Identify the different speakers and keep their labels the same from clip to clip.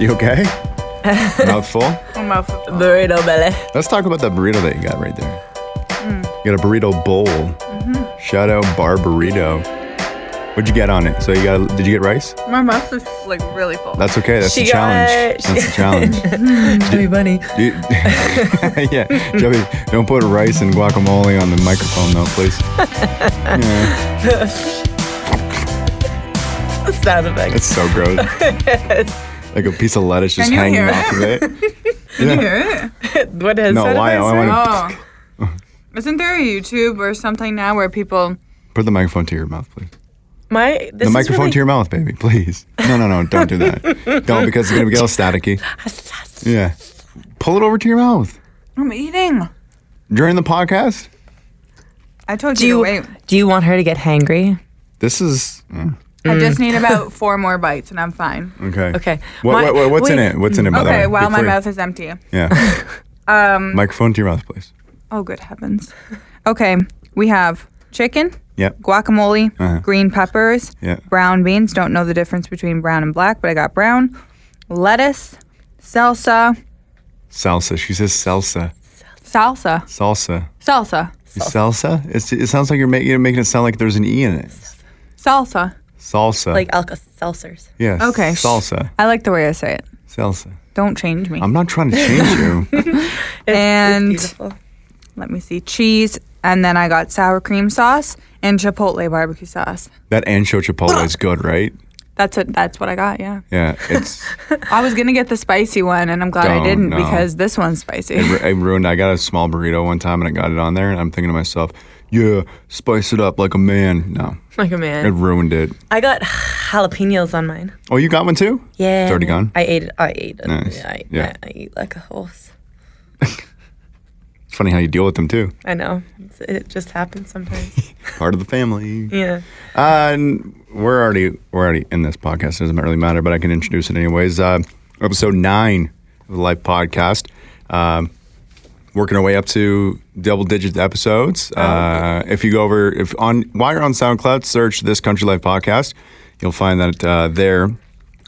Speaker 1: You okay? Mouthful?
Speaker 2: Mouthful.
Speaker 3: Burrito belly.
Speaker 1: Let's talk about that burrito that you got right there. You got a burrito bowl. Shout out Bar Burrito. What'd you get on it? So you got? Did you get rice?
Speaker 2: My mouth is like really full.
Speaker 1: That's okay. That's
Speaker 3: She
Speaker 1: the challenge.
Speaker 3: got-
Speaker 1: That's the challenge.
Speaker 3: Jimmy Bunny.
Speaker 1: Do you- yeah, Chubby, don't put rice and guacamole on the microphone, though, please. Yeah,
Speaker 3: Sound effect.
Speaker 1: that's so gross. Like a piece of lettuce just
Speaker 2: Can you
Speaker 1: hanging
Speaker 2: hear
Speaker 1: off of it.
Speaker 2: Can you hear it?
Speaker 3: What has
Speaker 1: No,
Speaker 3: sound
Speaker 1: why-
Speaker 3: effects
Speaker 1: I
Speaker 3: are?
Speaker 1: wanna-
Speaker 2: Oh. Isn't there a YouTube or something now where people
Speaker 1: Put the microphone to your mouth, please.
Speaker 3: My
Speaker 1: The
Speaker 3: this is
Speaker 1: microphone
Speaker 3: really-
Speaker 1: to your mouth, baby, please. No, no, no, don't do that. don't because it's gonna get all staticky. Yeah, pull it over to your mouth
Speaker 2: I'm eating?
Speaker 1: during the podcast.
Speaker 2: I told
Speaker 3: Do
Speaker 2: you,
Speaker 3: you
Speaker 2: to wait.
Speaker 3: do you want her to get hangry?
Speaker 1: This is mm,
Speaker 2: I just need about four more bites and I'm fine.
Speaker 1: okay.
Speaker 3: Okay.
Speaker 1: What,
Speaker 3: My-
Speaker 1: what, what- what's in
Speaker 3: wait.
Speaker 1: it? What's in it? By the
Speaker 2: Okay,
Speaker 1: way?
Speaker 2: while my
Speaker 1: Before-
Speaker 2: mouth is empty.
Speaker 1: Yeah.
Speaker 2: Um
Speaker 1: microphone to your mouth, please.
Speaker 2: oh good heavens. Okay, we have chicken,
Speaker 1: Yep.
Speaker 2: guacamole,
Speaker 1: Uh-huh.
Speaker 2: green peppers,
Speaker 1: Yeah.
Speaker 2: brown beans. Don't know the difference between brown and black, but I got brown. Lettuce, salsa,
Speaker 1: Salsa. She says salsa.
Speaker 2: salsa,
Speaker 1: Salsa.
Speaker 2: salsa,
Speaker 1: Salsa? It's, it sounds like you're, making you're making it sound like there's an E in it.
Speaker 2: salsa.
Speaker 1: Salsa.
Speaker 3: Like Alka Seltzers.
Speaker 1: yes.
Speaker 2: Okay, sh-
Speaker 1: Salsa.
Speaker 2: I like the way I say it.
Speaker 1: Salsa.
Speaker 2: Don't change me.
Speaker 1: I'm not trying to change you.
Speaker 2: And-
Speaker 3: beautiful.
Speaker 2: Let me see. Cheese, and then I got sour cream sauce and chipotle barbecue sauce.
Speaker 1: That ancho chipotle is good, right?
Speaker 2: That's what that's what I got. Yeah,
Speaker 1: Yeah. It's
Speaker 2: I was gonna get the spicy one, and I'm glad
Speaker 1: Don't,
Speaker 2: I didn't
Speaker 1: no.
Speaker 2: because this one's spicy.
Speaker 1: it, ru- it ruined. I got a small burrito one time and I got it on there and I'm thinking to myself, yeah, spice it up like a man. No,
Speaker 3: Like a
Speaker 1: it
Speaker 3: man.
Speaker 1: ruined it.
Speaker 3: I got jalapenos on mine.
Speaker 1: Oh, you got one too?
Speaker 3: Yeah.
Speaker 1: It's already gone?
Speaker 3: I ate it. I ate it.
Speaker 1: Nice.
Speaker 3: Yeah, I,
Speaker 1: Yeah.
Speaker 3: I, I eat like a horse.
Speaker 1: It's funny how you deal with them too.
Speaker 3: I know. It's, it just happens sometimes.
Speaker 1: Part of the family.
Speaker 3: yeah.
Speaker 1: Uh, n- we're already we're already in this podcast. It doesn't really matter, but I can introduce it anyways. Uh, episode nine of the Life Podcast. Um, working our way up to double digit episodes. Uh, if you go over if on while you're on SoundCloud, search this Country Life Podcast. You'll find that uh, there.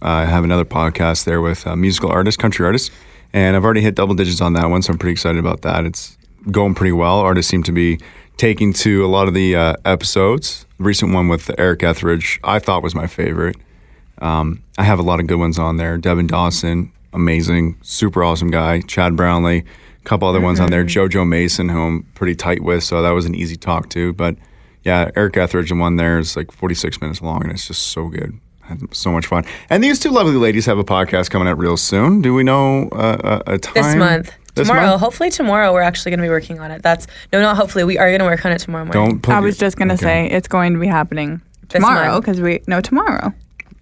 Speaker 1: I have another podcast there with uh, musical artists, country artists, and I've already hit double digits on that one, so I'm pretty excited about that. It's going pretty well. Artists seem to be taking to a lot of the uh, episodes. The recent one with Eric Etheridge, I thought was my favorite. Um, I have a lot of good ones on there. Devin Dawson, amazing, super awesome guy. Chad Brownlee, a couple other ones on there.
Speaker 3: Mm-hmm.
Speaker 1: JoJo Mason, who I'm pretty tight with, so that was an easy talk to. But yeah, Eric Etheridge, the one there is like 46 minutes long, and it's just so good. Had so much fun. And these two lovely ladies have a podcast coming out real soon. Do we know uh, a, a time?
Speaker 3: This month.
Speaker 1: This
Speaker 3: tomorrow.
Speaker 1: month?
Speaker 3: Hopefully tomorrow we're actually going to be working on it. That's no, not hopefully. We are going to work on it tomorrow morning.
Speaker 1: Don't put
Speaker 2: I was just gonna
Speaker 1: Okay.
Speaker 2: say it's going to be happening
Speaker 3: This
Speaker 2: tomorrow
Speaker 3: month.
Speaker 2: because we no tomorrow.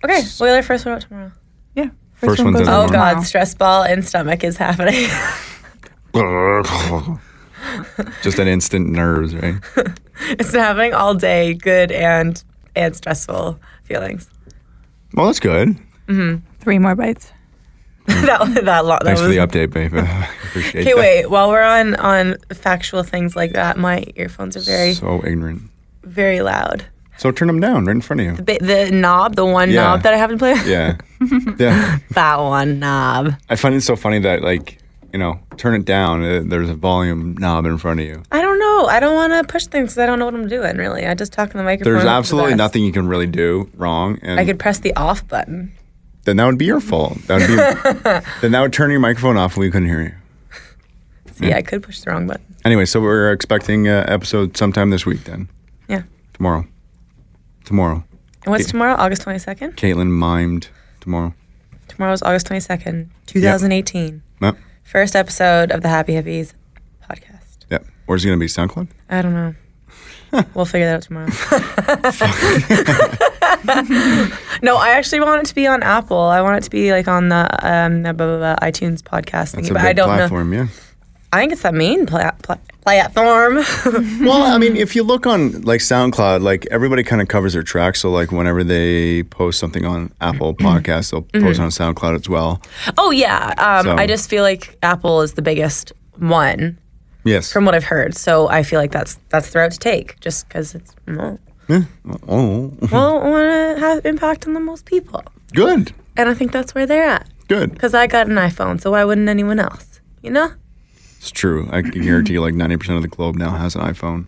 Speaker 3: Okay. We'll get our first one out tomorrow.
Speaker 2: Yeah,
Speaker 1: First one's
Speaker 2: goes
Speaker 1: in the
Speaker 3: Oh
Speaker 2: out
Speaker 1: morning.
Speaker 3: God,
Speaker 2: tomorrow.
Speaker 3: stress ball and stomach is happening.
Speaker 1: just an instant nerves, right?
Speaker 3: it's happening all day. Good and and stressful feelings.
Speaker 1: Well, that's good.
Speaker 2: Three more bites.
Speaker 3: that was- that lot. That
Speaker 1: Thanks for
Speaker 3: was.
Speaker 1: the update, babe. I appreciate
Speaker 3: Okay,
Speaker 1: that.
Speaker 3: wait. While we're on on factual things like that, my earphones are very
Speaker 1: So ignorant.
Speaker 3: very loud.
Speaker 1: So turn them down right in front of you.
Speaker 3: The, the knob, the one
Speaker 1: Yeah.
Speaker 3: knob that I haven't played.
Speaker 1: Yeah. yeah.
Speaker 3: That one knob.
Speaker 1: I find it so funny that, like, you know, turn it down. uh, There's a volume knob in front of you.
Speaker 3: I don't know. I don't want to push things because I don't know what I'm doing. Really, I just talk in the microphone.
Speaker 1: There's
Speaker 3: which is the
Speaker 1: absolutely
Speaker 3: best.
Speaker 1: nothing you can really do wrong. And
Speaker 3: I could press the off button.
Speaker 1: then that would be your fault. That would be, then that would turn your microphone off and we couldn't hear you.
Speaker 3: See,
Speaker 1: Hmm.
Speaker 3: I could push the wrong button.
Speaker 1: Anyway, so we're expecting uh, episode sometime this week then.
Speaker 3: Yeah.
Speaker 1: Tomorrow. Tomorrow.
Speaker 3: And what's
Speaker 1: Okay.
Speaker 3: tomorrow? August 22nd.
Speaker 1: Caitlin mimed tomorrow.
Speaker 3: Tomorrow's August 22nd, 2018.
Speaker 1: Yep.
Speaker 3: First episode of the Happy Hippies podcast.
Speaker 1: Yep. Where's it going to be? SoundCloud?
Speaker 3: I don't know. we'll figure that out tomorrow. no, I actually want it to be on Apple. I want it to be like on the um, the blah, blah, blah, iTunes podcast
Speaker 1: That's
Speaker 3: thingy,
Speaker 1: a
Speaker 3: but
Speaker 1: big
Speaker 3: I don't know.
Speaker 1: platform, yeah.
Speaker 3: I think it's the main pla- pla- platform.
Speaker 1: Well, I
Speaker 3: Mm-hmm.
Speaker 1: mean, if you look on like SoundCloud, like everybody kind of covers their tracks. So like whenever they post something on Apple
Speaker 3: Mm-hmm.
Speaker 1: Podcasts, they'll post it on SoundCloud as well.
Speaker 3: oh yeah, um,
Speaker 1: So-
Speaker 3: I just feel like Apple is the biggest one
Speaker 1: Yes.
Speaker 3: from what I've heard. So I feel like that's that's the route to take, just because it's well,
Speaker 1: oh,
Speaker 3: well want to have impact on the most people,
Speaker 1: good.
Speaker 3: and I think that's where they're at.
Speaker 1: Good.
Speaker 3: because I got an iPhone, so why wouldn't anyone else? You know,
Speaker 1: It's true. I can guarantee you like 90% of the globe now has an iPhone.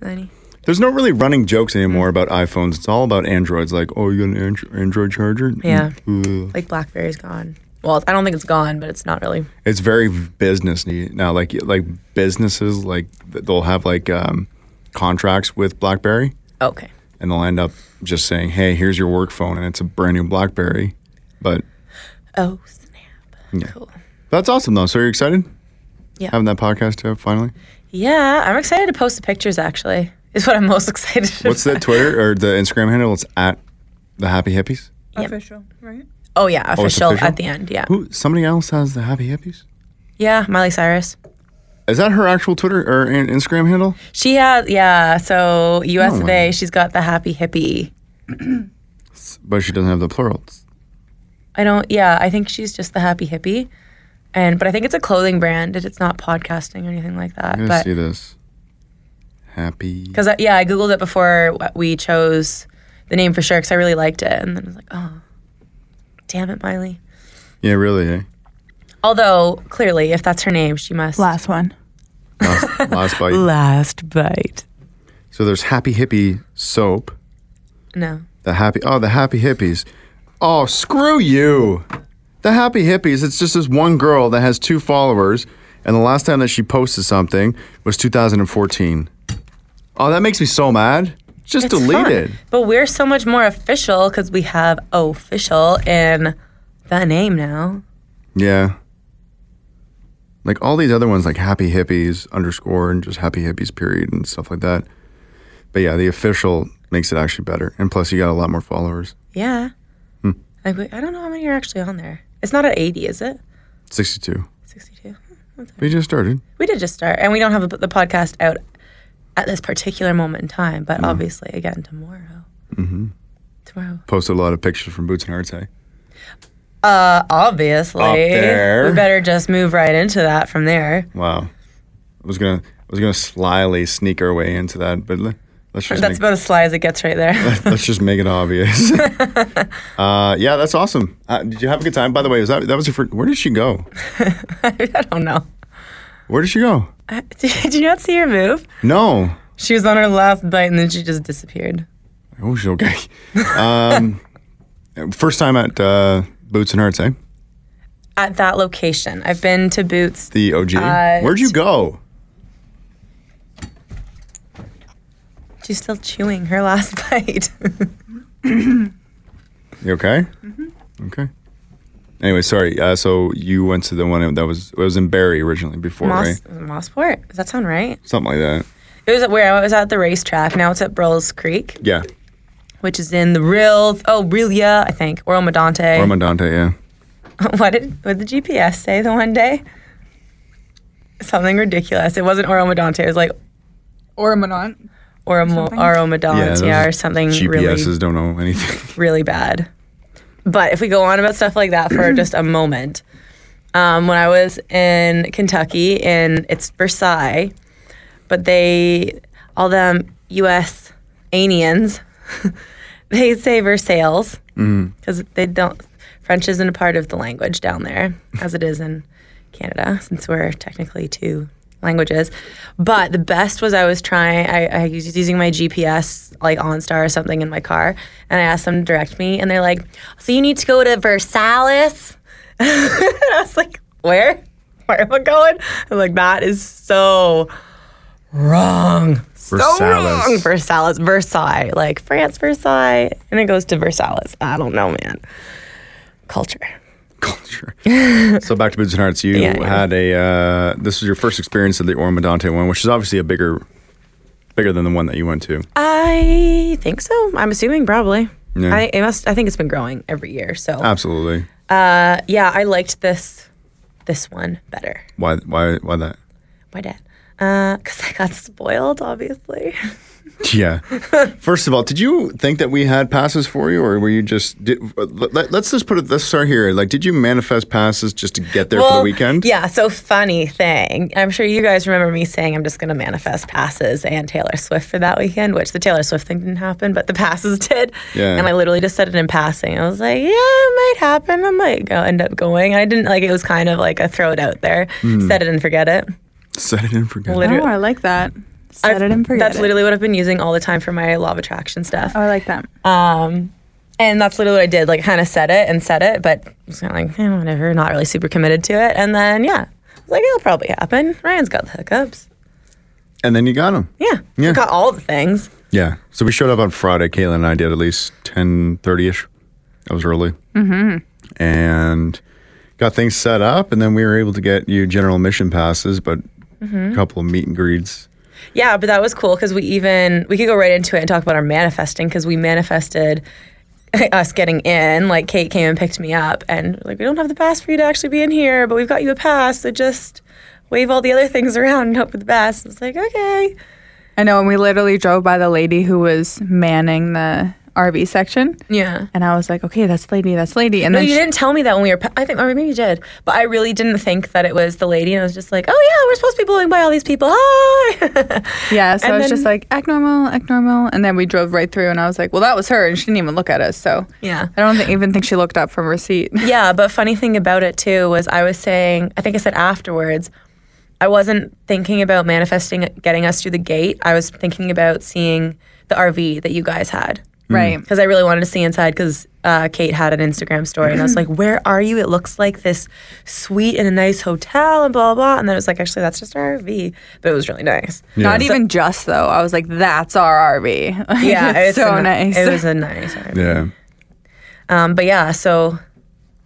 Speaker 3: Lenny.
Speaker 1: There's no really running jokes anymore about iPhones. It's all about Androids. Like, oh, you got an Andro- Android charger?
Speaker 3: Yeah.
Speaker 1: Ugh.
Speaker 3: Like BlackBerry's gone. Well, I don't think it's gone, but it's not really.
Speaker 1: It's very businessy now. Like, like businesses, like th- they'll have like um, contracts with BlackBerry,
Speaker 3: Okay.
Speaker 1: and they'll end up just saying, "Hey, here's your work phone," and it's a brand new BlackBerry. But
Speaker 3: Oh snap!
Speaker 1: Yeah.
Speaker 3: Cool.
Speaker 1: that's awesome, though. So you're excited?
Speaker 3: Yeah.
Speaker 1: Having that podcast out finally.
Speaker 3: Yeah, I'm excited to post the pictures. Actually, is what I'm most excited.
Speaker 1: What's the
Speaker 3: about.
Speaker 1: Twitter or the Instagram handle? It's at the Happy Hippies.
Speaker 3: Yep.
Speaker 2: Official, right?
Speaker 3: Oh yeah,
Speaker 1: it's
Speaker 3: official,
Speaker 1: official?
Speaker 3: at the end. Yeah.
Speaker 1: Who? Somebody else has the Happy Hippies.
Speaker 3: Yeah, Miley Cyrus.
Speaker 1: Is that her actual Twitter or an Instagram handle?
Speaker 3: She has yeah. So U.S.
Speaker 1: No
Speaker 3: of A.
Speaker 1: way.
Speaker 3: She's got the happy hippie.
Speaker 1: But she doesn't have the plurals.
Speaker 3: I don't. Yeah, I think she's just the happy hippie. And but I think it's a clothing brand. It- It's not podcasting or anything like that.
Speaker 1: I
Speaker 3: but
Speaker 1: see this. Happy.
Speaker 3: because yeah, I googled it before we chose the name for sure because I really liked it, and then I was like, oh, damn it, Miley.
Speaker 1: Yeah, really. Eh?
Speaker 3: Although clearly, if that's her name, she must
Speaker 2: Last one.
Speaker 1: Last, last bite.
Speaker 3: last bite.
Speaker 1: So there's Happy Hippie soap.
Speaker 3: No.
Speaker 1: The happy. Oh, the Happy Hippies. Oh, screw you. The Happy Hippies. It's just this one girl that has two followers, and the last time that she posted something was 2014. Oh, that makes me so mad. Just
Speaker 3: It's
Speaker 1: delete
Speaker 3: fun.
Speaker 1: it.
Speaker 3: But we're so much more official because we have official in the name now.
Speaker 1: Yeah. Like all these other ones, like Happy Hippies underscore and just Happy Hippies period and stuff like that. But yeah, the official makes it actually better. And plus, you got a lot more followers
Speaker 3: Yeah. Like we, I don't know how many are actually on there. It's not at 80, is it?
Speaker 1: 62.
Speaker 3: 62.
Speaker 1: We just started.
Speaker 3: We did just start, and we don't have the podcast out at this particular moment in time,
Speaker 1: Mm-hmm.
Speaker 3: but obviously, again, tomorrow. Mm-hmm. Tomorrow.
Speaker 1: Posted a lot of pictures from Boots and Hearts. Hey?
Speaker 3: Uh, obviously.
Speaker 1: Up there.
Speaker 3: We better just move right into that from there.
Speaker 1: Wow. I was gonna, I was gonna slyly sneak our way into that, but le- let's just
Speaker 3: That's
Speaker 1: make,
Speaker 3: about as sly as it gets right there.
Speaker 1: let's just make it obvious. uh, yeah, that's awesome. Uh, did you have a good time? By the way, was that that was your first, where did she go?
Speaker 3: I don't know.
Speaker 1: Where did she go?
Speaker 3: I- Did you not see her move?
Speaker 1: No.
Speaker 3: She was on her last bite and then she just disappeared.
Speaker 1: Oh, she's okay. Um, first time at uh, Boots and Hearts, eh?
Speaker 3: At that location, I've been to Boots.
Speaker 1: The OG.
Speaker 3: Uh,
Speaker 1: Where'd you go?
Speaker 3: She's still chewing her last bite.
Speaker 1: You okay?
Speaker 3: Mm-hmm.
Speaker 1: Okay. Anyway, sorry. Uh, so you went to the one that was it was in Barrie originally before,
Speaker 3: Moss,
Speaker 1: right?
Speaker 3: Mossport? Does that sound right?
Speaker 1: Something like that.
Speaker 3: It was at where I was at the racetrack. Now it's at Burles Creek,
Speaker 1: Yeah.
Speaker 3: which is in the real oh Relia, I think, or Omadante.
Speaker 1: Romandante, yeah.
Speaker 3: what did what did the GPS say the one day? Something ridiculous. It wasn't Oromadante. It was like
Speaker 2: Or a Manant.
Speaker 3: Oromo,
Speaker 2: Something?
Speaker 3: Oromadante
Speaker 1: those
Speaker 3: or something
Speaker 1: GPSs
Speaker 3: really
Speaker 1: don't know anything.
Speaker 3: really bad. But if we go on about stuff like that for just a moment, um, when I was in Kentucky, in it's Versailles, but they all them U.S. Anians, they say Versailles because they don't French isn't a part of the language down there as it is in Canada, since we're technically two languages. But the best was I was trying. I, I was using my GPS like OnStar or something in my car, and I asked them to direct me, and they're like, "So you need to go to Versailles." and I was like, "Where? Where am I going?" I'm like, "That is so." Wrong. So
Speaker 1: Versailles.
Speaker 3: wrong. Versailles. Versailles. Like France, Versailles. And it goes to Versailles. I don't know, man. Culture.
Speaker 1: Culture. so back to Boots and Hearts. You
Speaker 3: Yeah, yeah.
Speaker 1: had a uh, this was your first experience of the Ormondante one, which is obviously a bigger bigger than the one that you went to.
Speaker 3: Uh, I think so. I'm assuming probably.
Speaker 1: Yeah. Ah.
Speaker 3: I it must. I think it's been growing every year. So
Speaker 1: Absolutely.
Speaker 3: uh, yeah, I liked this this one better.
Speaker 1: Why why why that?
Speaker 3: Why that? because I got spoiled, obviously.
Speaker 1: Yeah. First of all, did you think that we had passes for you, or were you just? Did, let, us just put it. Let's start here. Like, did you manifest passes just to get there for the weekend?
Speaker 3: Yeah, so funny thing. I'm sure you guys remember me saying I'm just going to manifest passes and Taylor Swift for that weekend, which the Taylor Swift thing didn't happen, but the passes did.
Speaker 1: Yeah.
Speaker 3: And I literally just said it in passing. I was like, yeah, it might happen. I might go end up going. I didn't like it was kind of like a throw it out there,
Speaker 1: Hmm.
Speaker 3: set it and forget it.
Speaker 1: Set it and forget.
Speaker 3: Literally.
Speaker 2: Oh, I like that. Set
Speaker 3: I've-
Speaker 2: it and forget
Speaker 3: That's
Speaker 2: it.
Speaker 3: literally what I've been using all the time for my law of attraction stuff.
Speaker 2: Oh, I like that.
Speaker 3: Um, and that's literally what I did. Like, kind of said it and said it, but it's kind of like, eh, whatever, not really super committed to it. And then, yeah, I was like, it'll probably happen. Ryan's got the hookups.
Speaker 1: And then you got him.
Speaker 3: Yeah.
Speaker 1: Yeah.
Speaker 3: We got all the things.
Speaker 1: Yeah. So we showed up on Friday. Caitlin and I did at least ten thirty ish. That was early. Mm-hmm. And got things set up, and then we were able to get you general mission passes, but a couple of meet and greets.
Speaker 3: Yeah, but that was cool because we even, we could go right into it and talk about our manifesting because we manifested us getting in. Like, Kate came and picked me up and, like, we don't have the pass for you to actually be in here, but we've got you a pass. So just wave all the other things around and hope for the best. It's like, okay.
Speaker 2: I know, and we literally drove by the lady who was manning the RV section,
Speaker 3: Yeah.
Speaker 2: and I was like, "Okay, that's the lady, that's the lady." And
Speaker 3: No,
Speaker 2: then
Speaker 3: you
Speaker 2: she-
Speaker 3: didn't tell me that when we were. pa- I think, or maybe you did, but I really didn't think that it was the lady, and I was just like, "Oh yeah, we're supposed to be blowing by all these people." Hi.
Speaker 2: yeah, so
Speaker 3: And
Speaker 2: I was
Speaker 3: then-
Speaker 2: just like, "Act normal, act normal," and then we drove right through, and I was like, "Well, that was her," and she didn't even look at us. So
Speaker 3: Yeah.
Speaker 2: I don't thi- even think she looked up from her seat.
Speaker 3: yeah, but funny thing about it too was I was saying, I think I said afterwards, I wasn't thinking about manifesting getting us through the gate. I was thinking about seeing the RV that you guys had.
Speaker 2: Right.
Speaker 3: because I really wanted to see inside because uh, Kate had an Instagram story and I was like, "Where are you? It looks like this suite in a nice hotel and blah blah." blah. And then it was like, "Actually, that's just our RV," but it was really nice.
Speaker 2: Not even just though. I was like, "That's our RV." Like,
Speaker 3: Yeah,
Speaker 2: it's so
Speaker 3: a, ni-
Speaker 2: nice.
Speaker 3: It was a nice RV.
Speaker 1: Yeah.
Speaker 3: Um, but yeah, so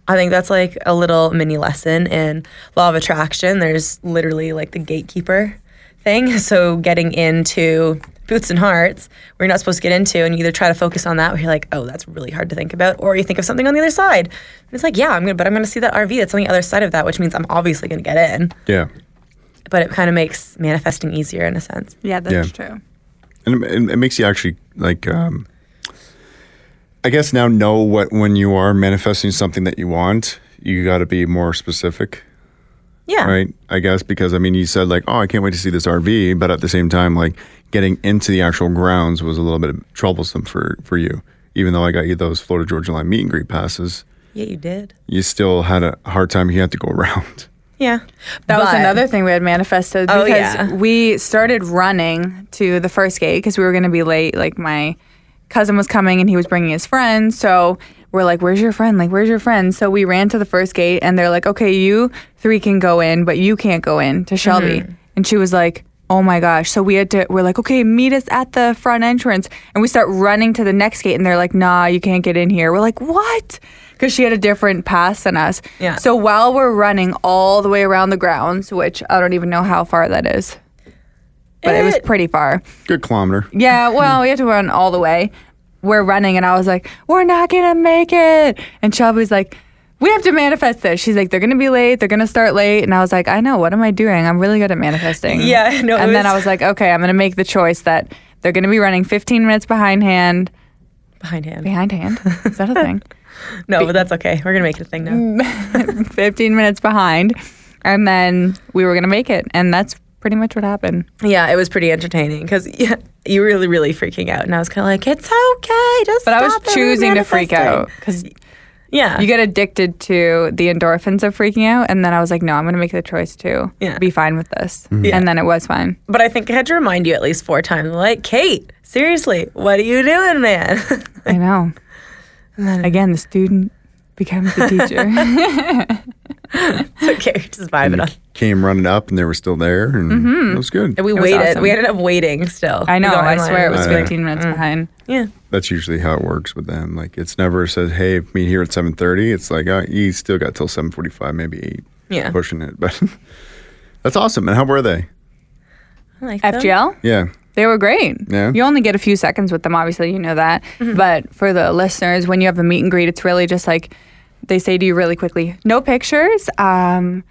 Speaker 3: I think that's like a little mini lesson in law of attraction. There's literally like the gatekeeper thing. So getting into boots and hearts where you're not supposed to get into and you either try to focus on that where you're like, oh, that's really hard to think about, or you think of something on the other side. And it's like, yeah, I'm gonna but I'm gonna see that RV that's on the other side of that, which means I'm obviously gonna get in.
Speaker 1: Yeah.
Speaker 3: But it kind of makes manifesting easier in a sense.
Speaker 2: yeah, that's
Speaker 1: Yeah.
Speaker 2: true.
Speaker 1: and it, it makes you actually like um, i guess now know what when you are manifesting something that you want you got to be more specific
Speaker 3: Yeah.
Speaker 1: right i guess because i mean you said like oh i can't wait to see this rv but at the same time like getting into the actual grounds was a little bit troublesome for for you even though i got you those florida georgia line meet and greet passes
Speaker 3: Yeah, you did.
Speaker 1: you still had a hard time you had to go around
Speaker 3: Yeah.
Speaker 2: That was
Speaker 3: But-
Speaker 2: another thing we had manifested
Speaker 3: Oh,
Speaker 2: because
Speaker 3: yeah.
Speaker 2: we started running to the first gate because we were going to be late. Like my cousin was coming and he was bringing his friend, so we're like, "Where's your friend? Like, where's your friend?" So we ran to the first gate and they're like, "Okay, you three can go in, but you can't go in to Shelby." And she was like. Oh my gosh. So we had to, we're like, okay, meet us at the front entrance. And we start running to the next gate, and they're like, nah, you can't get in here. We're like, what? Because she had a different pass than us.
Speaker 3: Yeah.
Speaker 2: So while we're running all the way around the grounds, which I don't even know how far that is, but it, was
Speaker 3: It-
Speaker 2: pretty far.
Speaker 1: good kilometer
Speaker 2: Yeah, well, we had to run all the way. We're running, and I was like, we're not going to make it. And Shelby's like, we have to manifest this. She's like, they're going to be late. They're going to start late. And I was like, I know. What am I doing? I'm really good at manifesting.
Speaker 3: Yeah, no, it
Speaker 2: And then
Speaker 3: was-
Speaker 2: I was like, okay, I'm going to make the choice that they're going to be running 15 minutes behindhand.
Speaker 3: Behind him.
Speaker 2: Behindhand? Is that a thing?
Speaker 3: No, but that's okay. We're gonna make it a thing now.
Speaker 2: 15 minutes behind and then we were going to make it and that's pretty much what happened
Speaker 3: Yeah, it was pretty entertaining because yeah, you were really, really freaking out, and I was kind of like, "It's okay, just."
Speaker 2: but i was
Speaker 3: stop it, we're
Speaker 2: choosing to freak out
Speaker 3: manifesting."
Speaker 2: because
Speaker 3: Yeah,
Speaker 2: you get addicted to the endorphins of freaking out and then i was like no i'm going to make the choice to
Speaker 3: Yeah.
Speaker 2: be fine with this
Speaker 3: Yeah.
Speaker 2: and then it was fine
Speaker 3: but I think I had to remind you at least four times. Like, Kate, seriously, what are you doing, man?
Speaker 2: i know again the student becomes the teacher
Speaker 3: It's okay, just vibing on.
Speaker 1: came running up and they were still there and it was good
Speaker 3: And we
Speaker 2: was
Speaker 3: waited.
Speaker 2: awesome.
Speaker 3: We ended up waiting still.
Speaker 2: i
Speaker 3: We
Speaker 2: know
Speaker 3: got
Speaker 2: i
Speaker 3: online.
Speaker 2: swear it was
Speaker 1: Yeah.
Speaker 2: 15 minutes
Speaker 3: Mm.
Speaker 2: behind
Speaker 3: Yeah,
Speaker 1: that's usually how it works with them. Like it's never says, "Hey, meet here at 7.30. It's like uh, you still got till seven forty-five, maybe eight,
Speaker 3: Yeah.
Speaker 1: pushing it. But that's awesome. And how were they?
Speaker 3: I like them.
Speaker 2: fgl
Speaker 1: Yeah,
Speaker 2: They were great.
Speaker 1: Yeah.
Speaker 2: You only get a few seconds with them, obviously, you know that.
Speaker 3: Mm-hmm.
Speaker 2: But for the listeners, when you have a meet and greet, it's really just like they say to you really quickly, no pictures, um,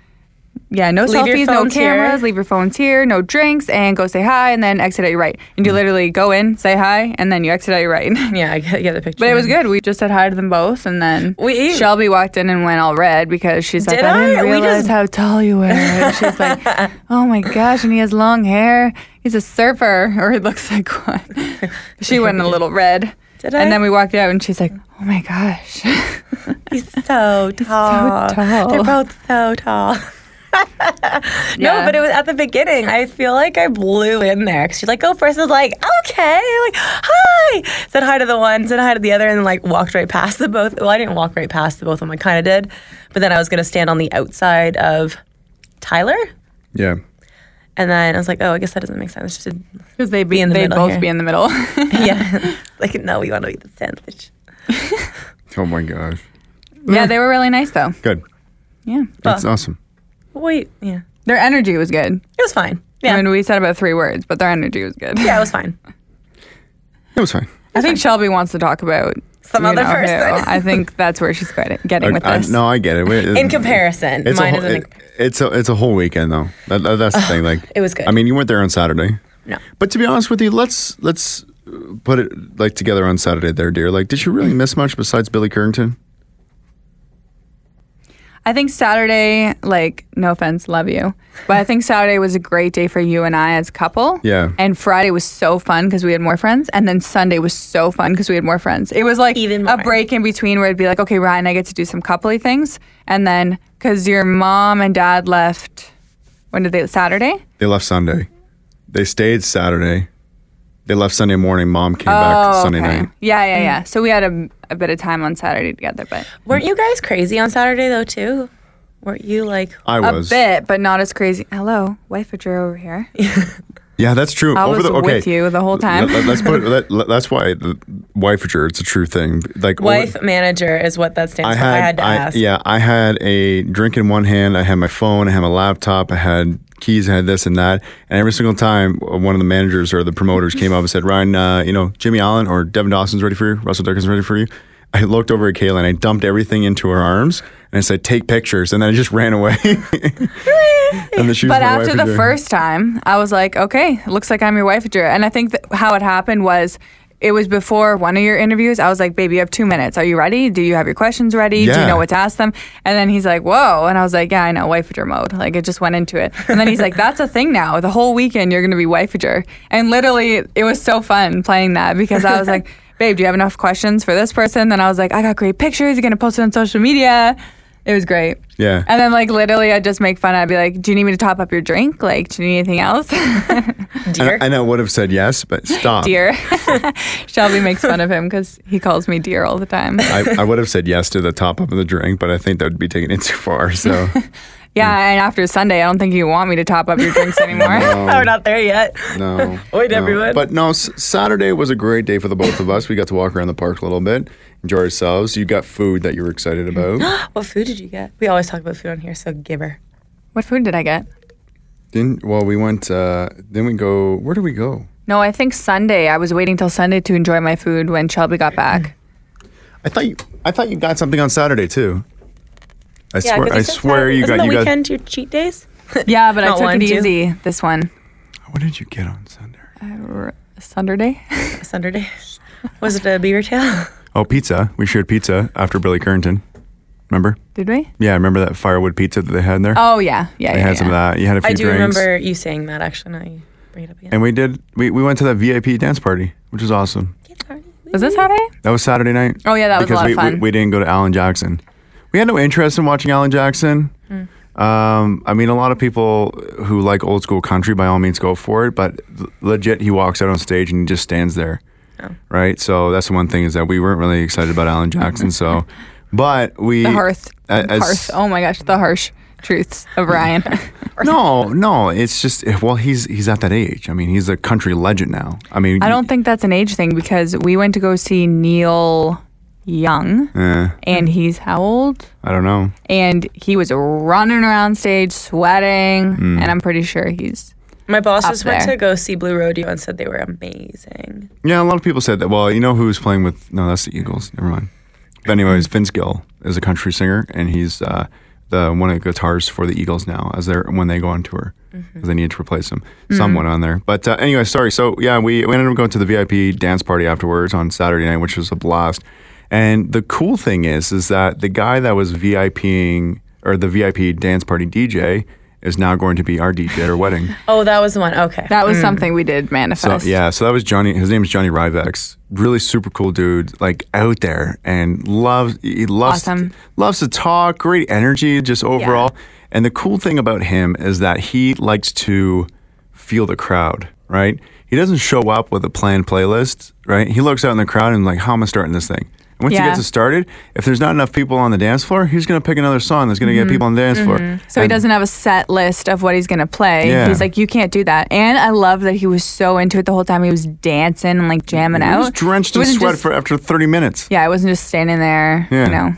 Speaker 2: yeah, no
Speaker 3: Leave your
Speaker 2: selfies, no
Speaker 3: phones here.
Speaker 2: cameras, leave your phones here, no drinks, and go say hi, and then exit at your right. And you literally go in, say hi, and then you exit at your right.
Speaker 3: Yeah, I get, get the picture.
Speaker 2: But it was good. We just said hi to them both, and then
Speaker 3: We-
Speaker 2: Shelby walked in and went all red because she's like,
Speaker 3: Did
Speaker 2: I didn't
Speaker 3: I? We
Speaker 2: realize
Speaker 3: just-
Speaker 2: how tall you were. And she's like, oh my gosh, and he has long hair. He's a surfer, or he looks like one. She went a little red.
Speaker 3: Did I?
Speaker 2: And then we walked out, and she's like, oh my gosh.
Speaker 3: He's so tall.
Speaker 2: tall.
Speaker 3: They're both so tall. No,
Speaker 2: Yeah.
Speaker 3: but it was at the beginning. I feel like I blew in there because she's like, "Go first. I was like, "Okay." Like, hi. Said hi to the one. Said hi to the other, and like walked right past the both. Well, I didn't walk right past the both of them. I kind of did, but then I was gonna stand on the outside of Tyler,
Speaker 1: Yeah.
Speaker 3: and then I was like, "Oh, I guess that doesn't make sense." Just did
Speaker 2: Because they'd be,
Speaker 3: in the
Speaker 2: they'd
Speaker 3: middle
Speaker 2: both
Speaker 3: here.
Speaker 2: be in the middle.
Speaker 3: yeah. like, no, we want to eat the sandwich.
Speaker 1: Oh my gosh.
Speaker 2: yeah, they were really nice though.
Speaker 1: Good.
Speaker 2: Yeah,
Speaker 1: That's awesome.
Speaker 3: Wait, yeah,
Speaker 2: their energy was good.
Speaker 3: it was fine.
Speaker 2: I
Speaker 3: Yeah,
Speaker 2: mean, we said about three words, but their energy was good.
Speaker 3: yeah, it was fine.
Speaker 1: It was fine.
Speaker 2: I think Shelby wants to talk about
Speaker 3: Some other
Speaker 2: who.
Speaker 3: person.
Speaker 2: I think that's where she's getting getting with
Speaker 1: I- I-
Speaker 2: this.
Speaker 1: no, I get it. Wait,
Speaker 3: In
Speaker 1: it-
Speaker 3: comparison,
Speaker 1: it's
Speaker 3: mine
Speaker 1: a whole,
Speaker 3: isn't.
Speaker 1: it- it's a it's a whole weekend though. That, that- that's the thing. Like
Speaker 3: it was good.
Speaker 1: I mean, you weren't there on Saturday.
Speaker 3: No.
Speaker 1: But to be honest with you, let's let's uh, put it like together on Saturday there, dear. Like, did you really miss much besides Billy Currington?
Speaker 2: I think Saturday, like, no offense, love you, but I think Saturday was a great day for you and I as a couple.
Speaker 1: Yeah.
Speaker 2: And Friday was so fun because we had more friends, and then Sunday was so fun because we had more friends. It was like
Speaker 3: Even
Speaker 2: a
Speaker 3: more.
Speaker 2: break in between where it'd be like, okay, Ryan, I get to do some coupley things, and then because your mom and dad left. When did they? Saturday.
Speaker 1: They left Sunday. They stayed Saturday. They left Sunday morning. Mom came back Sunday
Speaker 2: Oh, okay.
Speaker 1: night.
Speaker 2: Yeah,
Speaker 3: Mm.
Speaker 2: yeah, yeah. So we had a, a bit of time on Saturday together, but
Speaker 3: Weren't you guys crazy on Saturday though too? Weren't you like
Speaker 1: I was.
Speaker 2: a bit, but not as crazy. Hello, wife of Drew over here.
Speaker 1: Yeah, that's true.
Speaker 2: I
Speaker 1: Over
Speaker 2: was
Speaker 1: the, okay.
Speaker 2: with you the whole time.
Speaker 1: Let, us put. Let, let- that's why the wifager. It's a true thing. Like over-
Speaker 3: wife manager is what that stands
Speaker 1: I
Speaker 3: for?
Speaker 1: had,
Speaker 3: I had to ask.
Speaker 1: Yeah, I had a drink in one hand. I had my phone. I had my laptop. I had keys. I had this and that. And every single time, uh, one of the managers or the promoters came up and said, "Ryan, uh, you know, Jimmy Allen or Devin Dawson's ready for you. Russell Dickinson's ready for you." I looked over at Kayla and I dumped everything into her arms and I said, "Take pictures." And then I just ran away. and then she was
Speaker 2: But
Speaker 1: my
Speaker 2: after
Speaker 1: wife
Speaker 2: the
Speaker 1: again.
Speaker 2: first time, I was like, okay, looks like I'm your wife, Drew. And I think that how it happened was it was before one of your interviews. I was like, baby, you have two minutes. Are you ready? Do you have your questions ready? Do
Speaker 1: Yeah.
Speaker 2: you know what to ask them? And then he's like, whoa. And I was like, yeah, I know, wifeager mode. Like, it just went into it. And then he's like, that's a thing now. The whole weekend, you're going to be wifeager. And literally, it was so fun playing that because I was like, babe, do you have enough questions for this person? Then I was like, I got great pictures. You're going to post it on social media. It was great.
Speaker 1: Yeah.
Speaker 2: And then, like, literally, I'd just make fun. I'd be like, Do you need me to top up your drink? Like, do you need anything else?
Speaker 3: Dear.
Speaker 1: And, and I would have said yes, but stop.
Speaker 2: dear. Shelby makes fun of him because he calls me dear all the time.
Speaker 1: I, I would have said yes to the top up of the drink, but I think that would be taking it too far. So
Speaker 2: Yeah. And after Sunday, I don't think you want me to top up your drinks anymore.
Speaker 1: um,
Speaker 3: Oh, we're not there yet.
Speaker 1: No.
Speaker 3: Wait,
Speaker 1: no.
Speaker 3: everyone.
Speaker 1: But no, S- Saturday was a great day for the both of us. We got to walk around the park a little bit, enjoy ourselves. You got food that you were excited about.
Speaker 3: What food did you get? We always talk about food on here, so giver.
Speaker 2: What food did I get?
Speaker 1: Didn't well, we went. Uh, then we go. Where do we go?
Speaker 2: No, I think Sunday. I was waiting till Sunday to enjoy my food when Shelby got back.
Speaker 1: I thought you, I thought you got something on Saturday too. I swear,
Speaker 3: 'cause
Speaker 1: I
Speaker 3: you said
Speaker 1: swear
Speaker 3: Saturday-
Speaker 1: you got
Speaker 3: Isn't the
Speaker 1: you got.
Speaker 3: weekend your cheat days?
Speaker 2: Yeah, but I
Speaker 3: Not
Speaker 2: took
Speaker 3: one,
Speaker 2: it
Speaker 3: two.
Speaker 2: easy this one.
Speaker 1: What did you get on Sunday?
Speaker 2: R- Sunday?
Speaker 3: Saturday. Was it a beaver tail?
Speaker 1: Oh, pizza. We shared pizza after Billy Currington. Remember?
Speaker 2: did we?
Speaker 1: Yeah, remember that firewood pizza that they had there?
Speaker 2: Oh, yeah. Yeah.
Speaker 1: they
Speaker 2: yeah,
Speaker 1: had
Speaker 2: yeah.
Speaker 1: some of that. You had a few
Speaker 3: I do
Speaker 1: drinks.
Speaker 3: remember you saying that actually. Now you bring it up again.
Speaker 1: And we did. We, we went to that VIP dance party, which was awesome.
Speaker 2: Was this Saturday?
Speaker 1: That was Saturday night.
Speaker 2: Oh, yeah, that was a
Speaker 1: because
Speaker 2: lot of
Speaker 1: we, we-
Speaker 2: fun.
Speaker 1: We, didn't go to Alan Jackson. We had no interest in watching Alan Jackson.
Speaker 2: Mm.
Speaker 1: Um, I mean, a lot of people who like old school country, by all means, go for it. But l- legit, he walks out on stage and he just stands there,
Speaker 2: Oh.
Speaker 1: right? So that's the one thing is that we weren't really excited about Alan Jackson. So, but we
Speaker 2: The hearth.
Speaker 1: a- as-
Speaker 2: hearth. Oh, my gosh. The harsh truths of Ryan.
Speaker 1: no, no, it's just well, he's he's at that age. I mean, he's a country legend now. I mean,
Speaker 2: I don't think that's an age thing because we went to go see Neil Young,
Speaker 1: eh,
Speaker 2: and he's how old?
Speaker 1: I don't know.
Speaker 2: And he was running around stage, sweating,
Speaker 1: Hmm.
Speaker 2: and I'm pretty sure he's.
Speaker 3: My boss just went
Speaker 2: there.
Speaker 3: to go see Blue Rodeo and said they were amazing.
Speaker 1: Yeah, a lot of people said that. Well, you know who was playing with? No, that's the Eagles. Never mind. But anyways, Vince Gill is a country singer, and he's uh, the one of the guitars for the Eagles now as they're when they go on tour because they need to replace him. Someone on there. But uh, anyway, sorry. So yeah, we, we ended up going to the VIP dance party afterwards on Saturday night, which was a blast. And the cool thing is, is that the guy that was VIPing or the VIP dance party DJ is now going to be our DJ at our wedding.
Speaker 3: Oh, that was the one. Okay.
Speaker 2: That was something we did
Speaker 1: So
Speaker 2: manifest.
Speaker 1: yeah, so that was Johnny. His name is Johnny Rivex. Really super cool dude, like out there and loves he loves
Speaker 2: Awesome.
Speaker 1: loves to talk. Great energy, just overall. And the cool thing about him is that he likes to feel the crowd. Right? He doesn't show up with a planned playlist. Right? He looks out in the crowd and like, how am I starting this thing? And once he
Speaker 2: Yeah.
Speaker 1: gets it started, if there's not enough people on the dance floor, he's gonna pick another song that's gonna
Speaker 2: Mm-hmm.
Speaker 1: get people on the dance floor.
Speaker 2: So he
Speaker 1: And-
Speaker 2: doesn't have a set list of what he's gonna play.
Speaker 1: Yeah.
Speaker 2: He's like, you can't do that. And I love that he was so into it the whole time. He was dancing and like jamming
Speaker 1: He
Speaker 2: out.
Speaker 1: was drenched
Speaker 2: It
Speaker 1: in
Speaker 2: wasn't
Speaker 1: sweat
Speaker 2: just-
Speaker 1: for after 30 minutes.
Speaker 2: Yeah, I wasn't just standing there.
Speaker 1: Yeah.
Speaker 2: You know.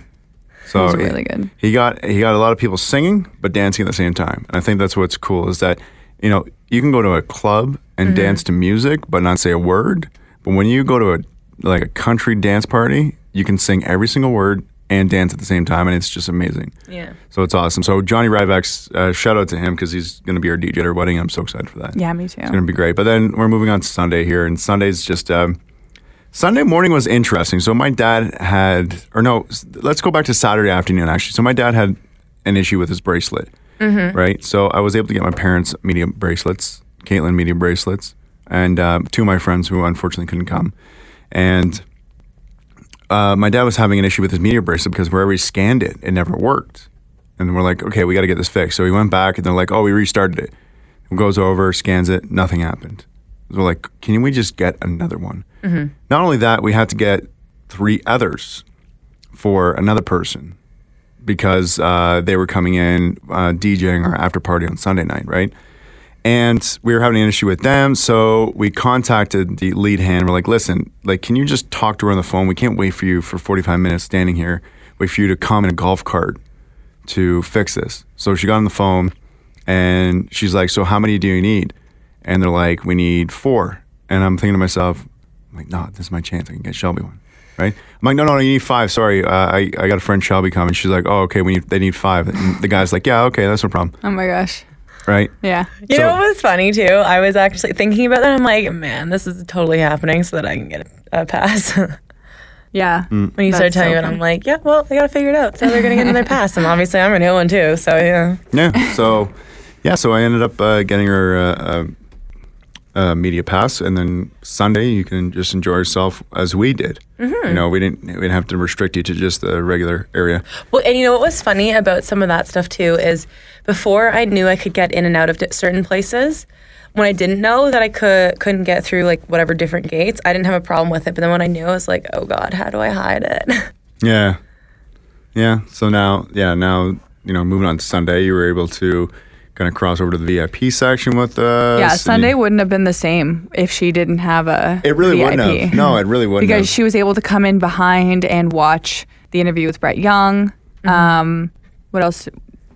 Speaker 1: So
Speaker 2: was really good.
Speaker 1: He got he got a lot of people singing but dancing at the same time, and I think that's what's cool is that you know you can go to a club and
Speaker 2: Mm-hmm.
Speaker 1: dance to music but not say a word, but when you go to a like a country dance party, you can sing every single word and dance at the same time, and it's just amazing.
Speaker 3: Yeah.
Speaker 1: So it's awesome. So Johnny Rivax, uh, shout out to him because he's going to be our DJ at our wedding. I'm so excited for that.
Speaker 2: Yeah, me too.
Speaker 1: It's going to be great. But then we're moving on to Sunday here, and Sunday's just um, Sunday morning was interesting. So my dad had, or no, s- let's go back to Saturday afternoon actually. So my dad had an issue with his bracelet, right? So I was able to get my parents' media bracelets, Caitlin media bracelets, and uh, two of my friends who unfortunately couldn't come, and. Uh, my dad was having an issue with his media bracelet because wherever he scanned it, it never worked. And we're like, okay, we got to get this fixed. So he went back and they're like, oh, we restarted it goes over, scans it, nothing happened. So we're like, can we just get another one? Not only that, we had to get three others for another person because uh, they were coming in uh, DJing our after party on Sunday night, right? And we were having an issue with them, so we contacted the lead hand. We're like, "Listen, like, can you just talk to her on the phone? We can't wait for you for 45 minutes standing here. Wait for you to come in a golf cart to fix this. So she got on the phone and she's like, So how many do you need? And they're like, We need four. And I'm thinking to myself, I'm like, nah, this is my chance. I can get Shelby one. Right? I'm like, no, no, no, you need five. Sorry. Uh, I, I got a friend Shelby coming. She's like, oh, okay, we need, they need five. And the guy's like, yeah, okay, that's no problem.
Speaker 2: oh my gosh.
Speaker 1: Right?
Speaker 2: Yeah.
Speaker 3: You
Speaker 1: So-
Speaker 3: know what was funny too? I was actually thinking about that. I'm like, man, this is totally happening so that I can get a, a pass. when
Speaker 2: Yeah.
Speaker 1: Mm.
Speaker 3: you started
Speaker 2: That's
Speaker 3: telling
Speaker 2: so
Speaker 3: me that, I'm like, yeah, well, I got to figure it out. So they're going to get another pass. And obviously, I'm going to get one too. So, yeah.
Speaker 1: Yeah. So, yeah, so I ended up uh, getting her uh, a, a media pass, and then Sunday you can just enjoy yourself as we did. You know, we didn't we didn't have to restrict you to just the regular area.
Speaker 3: Well, and you know what was funny about some of that stuff too is before I knew I could get in and out of di- certain places, when I didn't know that I could couldn't get through like whatever different gates, I didn't have a problem with it. But then when I knew, I was like, oh god, how do I hide it?
Speaker 1: Yeah. Yeah. So now, yeah, now, you know, moving on to Sunday, you were able to kind of cross over to the VIP section with us.
Speaker 2: Yeah,
Speaker 1: and
Speaker 2: Sunday
Speaker 1: you-
Speaker 2: wouldn't have been the same if she didn't have a
Speaker 1: It really
Speaker 2: VIP.
Speaker 1: wouldn't have. No, it really wouldn't
Speaker 2: because
Speaker 1: have.
Speaker 2: she was able to come in behind and watch the interview with Brett Young.
Speaker 3: Mm-hmm.
Speaker 2: Um, what else?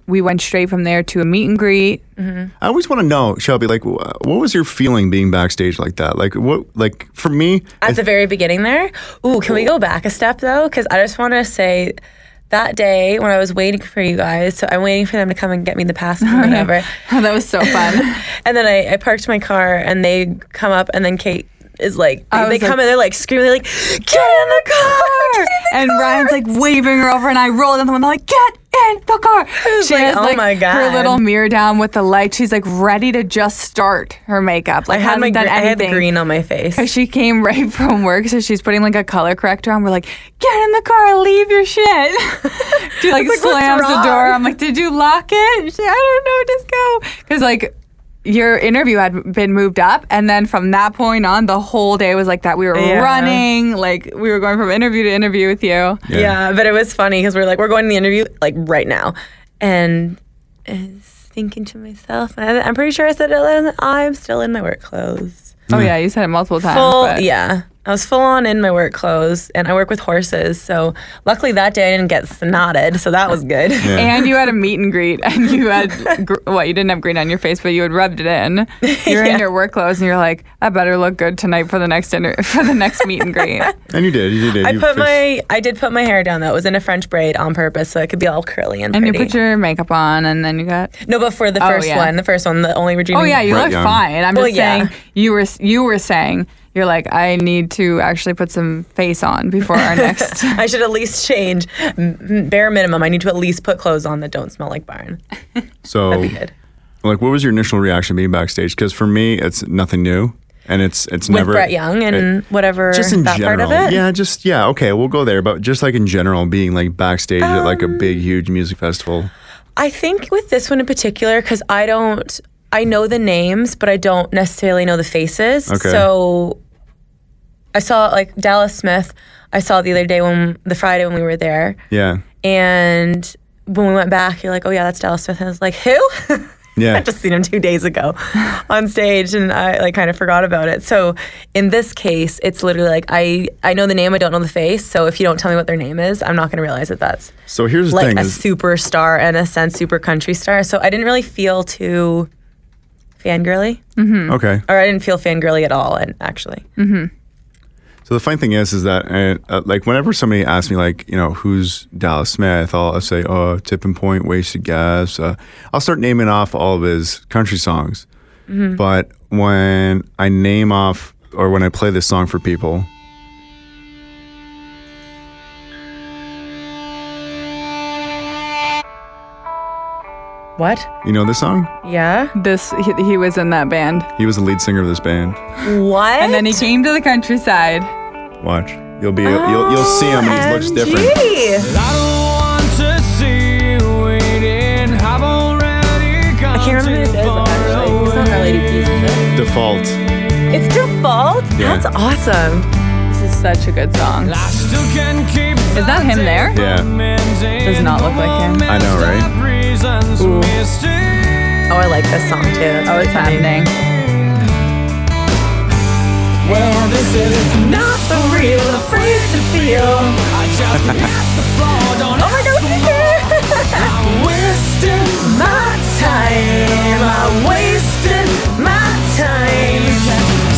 Speaker 2: We went straight from there to a meet and greet.
Speaker 1: I always want to know, Shelby, like, wh- what was your feeling being backstage like that? Like, what, like, for me,
Speaker 3: At the very beginning there. Ooh, can we go back a step though? Because I just want to say. That day when I was waiting for you guys, so I'm waiting for them to come and get me the pass and whatever.
Speaker 2: that was so fun.
Speaker 3: And then I, I parked my car and they come up and then Kate is like
Speaker 2: I
Speaker 3: they, they
Speaker 2: was
Speaker 3: come
Speaker 2: like-
Speaker 3: and they're like screaming like get in the car
Speaker 2: and Ryan's like waving her over, and I roll down the window like, "Get in the car!" She
Speaker 3: like,
Speaker 2: has
Speaker 3: "Oh
Speaker 2: like
Speaker 3: my
Speaker 2: her
Speaker 3: God."
Speaker 2: little mirror down with the light. She's like ready to just start her makeup. Like
Speaker 3: I had my
Speaker 2: hasn't done
Speaker 3: gre- I had
Speaker 2: anything.
Speaker 3: green on my face.
Speaker 2: But She came right from work, so she's putting like a color corrector on. We're like, get in the car, leave your shit. She like,
Speaker 3: like, "What's
Speaker 2: slams the door.
Speaker 3: wrong?"
Speaker 2: I'm like, did you lock it? She, I don't know, just go. Because like your interview had been moved up, and then from that point on, the whole day was like that. We were
Speaker 3: Yeah.
Speaker 2: running, like we were going from interview to interview with you.
Speaker 3: Yeah. but it was funny because we're like we're going to the interview like right now, and I was thinking to myself, and I, I'm pretty sure I said it. I'm still in my work clothes.
Speaker 2: Oh yeah, you said it multiple times.
Speaker 3: Full,
Speaker 2: but-
Speaker 3: yeah. I was full on in my work clothes, and I work with horses. So luckily that day I didn't get snotted, so that was good.
Speaker 2: And you had a meet and greet, and you had gr- well, you didn't have green on your face, but you had rubbed it in. You're in your work clothes, and you're like, I better look good tonight for the next dinner, for the next meet and greet.
Speaker 1: And you did. You did.
Speaker 3: I
Speaker 1: you
Speaker 3: put
Speaker 1: fixed-
Speaker 3: my I did put my hair down though. It was in a French braid on purpose, so it could be all curly and
Speaker 2: And you
Speaker 3: pretty.
Speaker 2: put your makeup on, and then you got.
Speaker 3: no, but for the
Speaker 2: Oh,
Speaker 3: first
Speaker 2: yeah.
Speaker 3: one, the first one, the only Regina.
Speaker 2: Oh yeah, you
Speaker 1: Right,
Speaker 2: look
Speaker 1: yeah.
Speaker 2: fine. I'm
Speaker 3: Well,
Speaker 2: just
Speaker 3: yeah.
Speaker 2: saying you were you were saying you're like I need to actually put some face on before our next.
Speaker 3: I should at least change M- m- bare minimum. I need to at least put clothes on that don't smell like barn.
Speaker 1: So,
Speaker 3: That'd be good.
Speaker 1: like, what was your initial reaction being backstage? Because for me, it's nothing new, and it's it's
Speaker 3: With
Speaker 1: never
Speaker 3: Brett Young and
Speaker 1: it-
Speaker 3: whatever
Speaker 1: just in
Speaker 3: that
Speaker 1: general.
Speaker 3: part of it.
Speaker 1: Yeah, just yeah. Okay, we'll go there, but just like in general, being like backstage at like
Speaker 3: Um,
Speaker 1: a big, huge music festival.
Speaker 3: I think with this one in particular, because I don't, I know the names, but I don't necessarily know the faces.
Speaker 1: Okay.
Speaker 3: So I saw like Dallas Smith. I saw the other day when the Friday when we were there,
Speaker 1: Yeah,
Speaker 3: and when we went back, you're like, oh yeah, that's Dallas Smith. And I was like, who?
Speaker 1: yeah.
Speaker 3: I just seen him two days ago on stage, and I like kind of forgot about it. So in this case, it's literally like I I know the name, I don't know the face. So if you don't tell me what their name is, I'm not gonna realize that that's
Speaker 1: so here's the
Speaker 3: like
Speaker 1: thing:
Speaker 3: a
Speaker 1: is,
Speaker 3: superstar and a sense super country star. So I didn't really feel too fangirly,
Speaker 1: okay.
Speaker 3: or I didn't feel fangirly at all. And actually,
Speaker 1: So the funny thing is, is that uh, uh, like whenever somebody asks me, like you know, who's Dallas Smith, I'll, I'll say, oh, Tipping Point, Wasted Gas. Uh, I'll start naming off all of his country songs.
Speaker 3: Mm-hmm.
Speaker 1: But when I name off or when I play this song for people,
Speaker 3: what?
Speaker 1: you know this song?
Speaker 3: Yeah.
Speaker 2: this he, he was in that band,
Speaker 1: He was the lead singer of this band.
Speaker 3: What?
Speaker 2: and then he came to the countryside.
Speaker 1: Watch, you'll be you'll you'll, you'll see him and he
Speaker 3: Oh,
Speaker 1: looks different.
Speaker 4: I don't want to see you waiting. I've already gone
Speaker 3: I can't remember who this is actually. He's not really piece of shit.
Speaker 1: Default.
Speaker 3: It's default.
Speaker 1: Yeah.
Speaker 3: That's awesome.
Speaker 2: This is such a good song.
Speaker 4: I still can keep.
Speaker 2: Is that him there?
Speaker 1: Yeah,
Speaker 4: Does
Speaker 2: not look like him.
Speaker 1: I know, right?
Speaker 3: Oh, I like this song too. That's
Speaker 2: Oh,
Speaker 3: really
Speaker 2: it's
Speaker 3: funny.
Speaker 2: happening.
Speaker 4: Well, this is
Speaker 3: Not the real, afraid to feel.
Speaker 4: I just hit the floor. Don't
Speaker 3: Oh my God, it's him.
Speaker 4: I'm wasting
Speaker 3: my time. I wasted my time.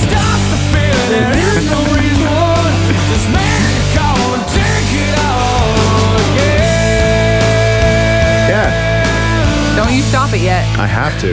Speaker 4: Stop the feeling. There is no reason. Just make a call and take it all. Yeah.
Speaker 1: yeah.
Speaker 2: Don't you stop it yet.
Speaker 1: I have to.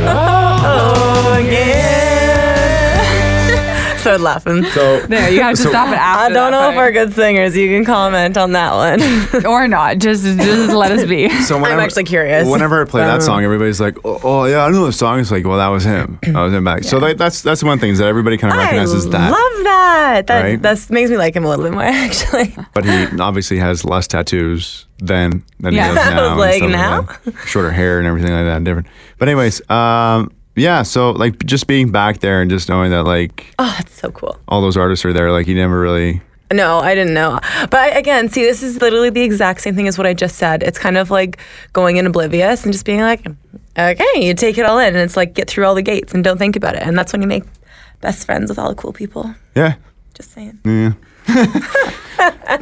Speaker 3: Oh yeah. Started laughing.
Speaker 1: So
Speaker 2: There, you have to
Speaker 1: So-
Speaker 2: stop it
Speaker 3: I
Speaker 2: after.
Speaker 3: don't know
Speaker 2: that
Speaker 3: if we're
Speaker 2: part.
Speaker 3: good singers. You can comment on that one.
Speaker 2: or not. Just just let us be.
Speaker 1: So whenever,
Speaker 3: actually curious.
Speaker 1: Whenever I play that
Speaker 3: Um,
Speaker 1: song, everybody's like, "Oh, oh, yeah, I know the song." It's like, "Well, that was him. That was him back." So that, that's that's one thing is that everybody kind of
Speaker 3: I
Speaker 1: recognizes that.
Speaker 3: love that. That
Speaker 1: Right?
Speaker 3: that's- makes me like him a little bit more actually.
Speaker 1: but he obviously has less tattoos than than
Speaker 2: Yeah.
Speaker 1: he does
Speaker 2: I
Speaker 1: now.
Speaker 3: was
Speaker 1: and
Speaker 3: like,
Speaker 1: stuff that. shorter hair and everything like that, different. But anyways, um, yeah. So like just being back there and just knowing that like
Speaker 3: Oh, that's so cool.
Speaker 1: all those artists are there, like you never really.
Speaker 3: No, I didn't know. But again, see, this is literally the exact same thing as what I just said. It's kind of like going in oblivious and just being like, okay, you take it all in. And it's like, get through all the gates and don't think about it. And that's when you make best friends with all the cool people.
Speaker 1: Yeah.
Speaker 3: Just saying.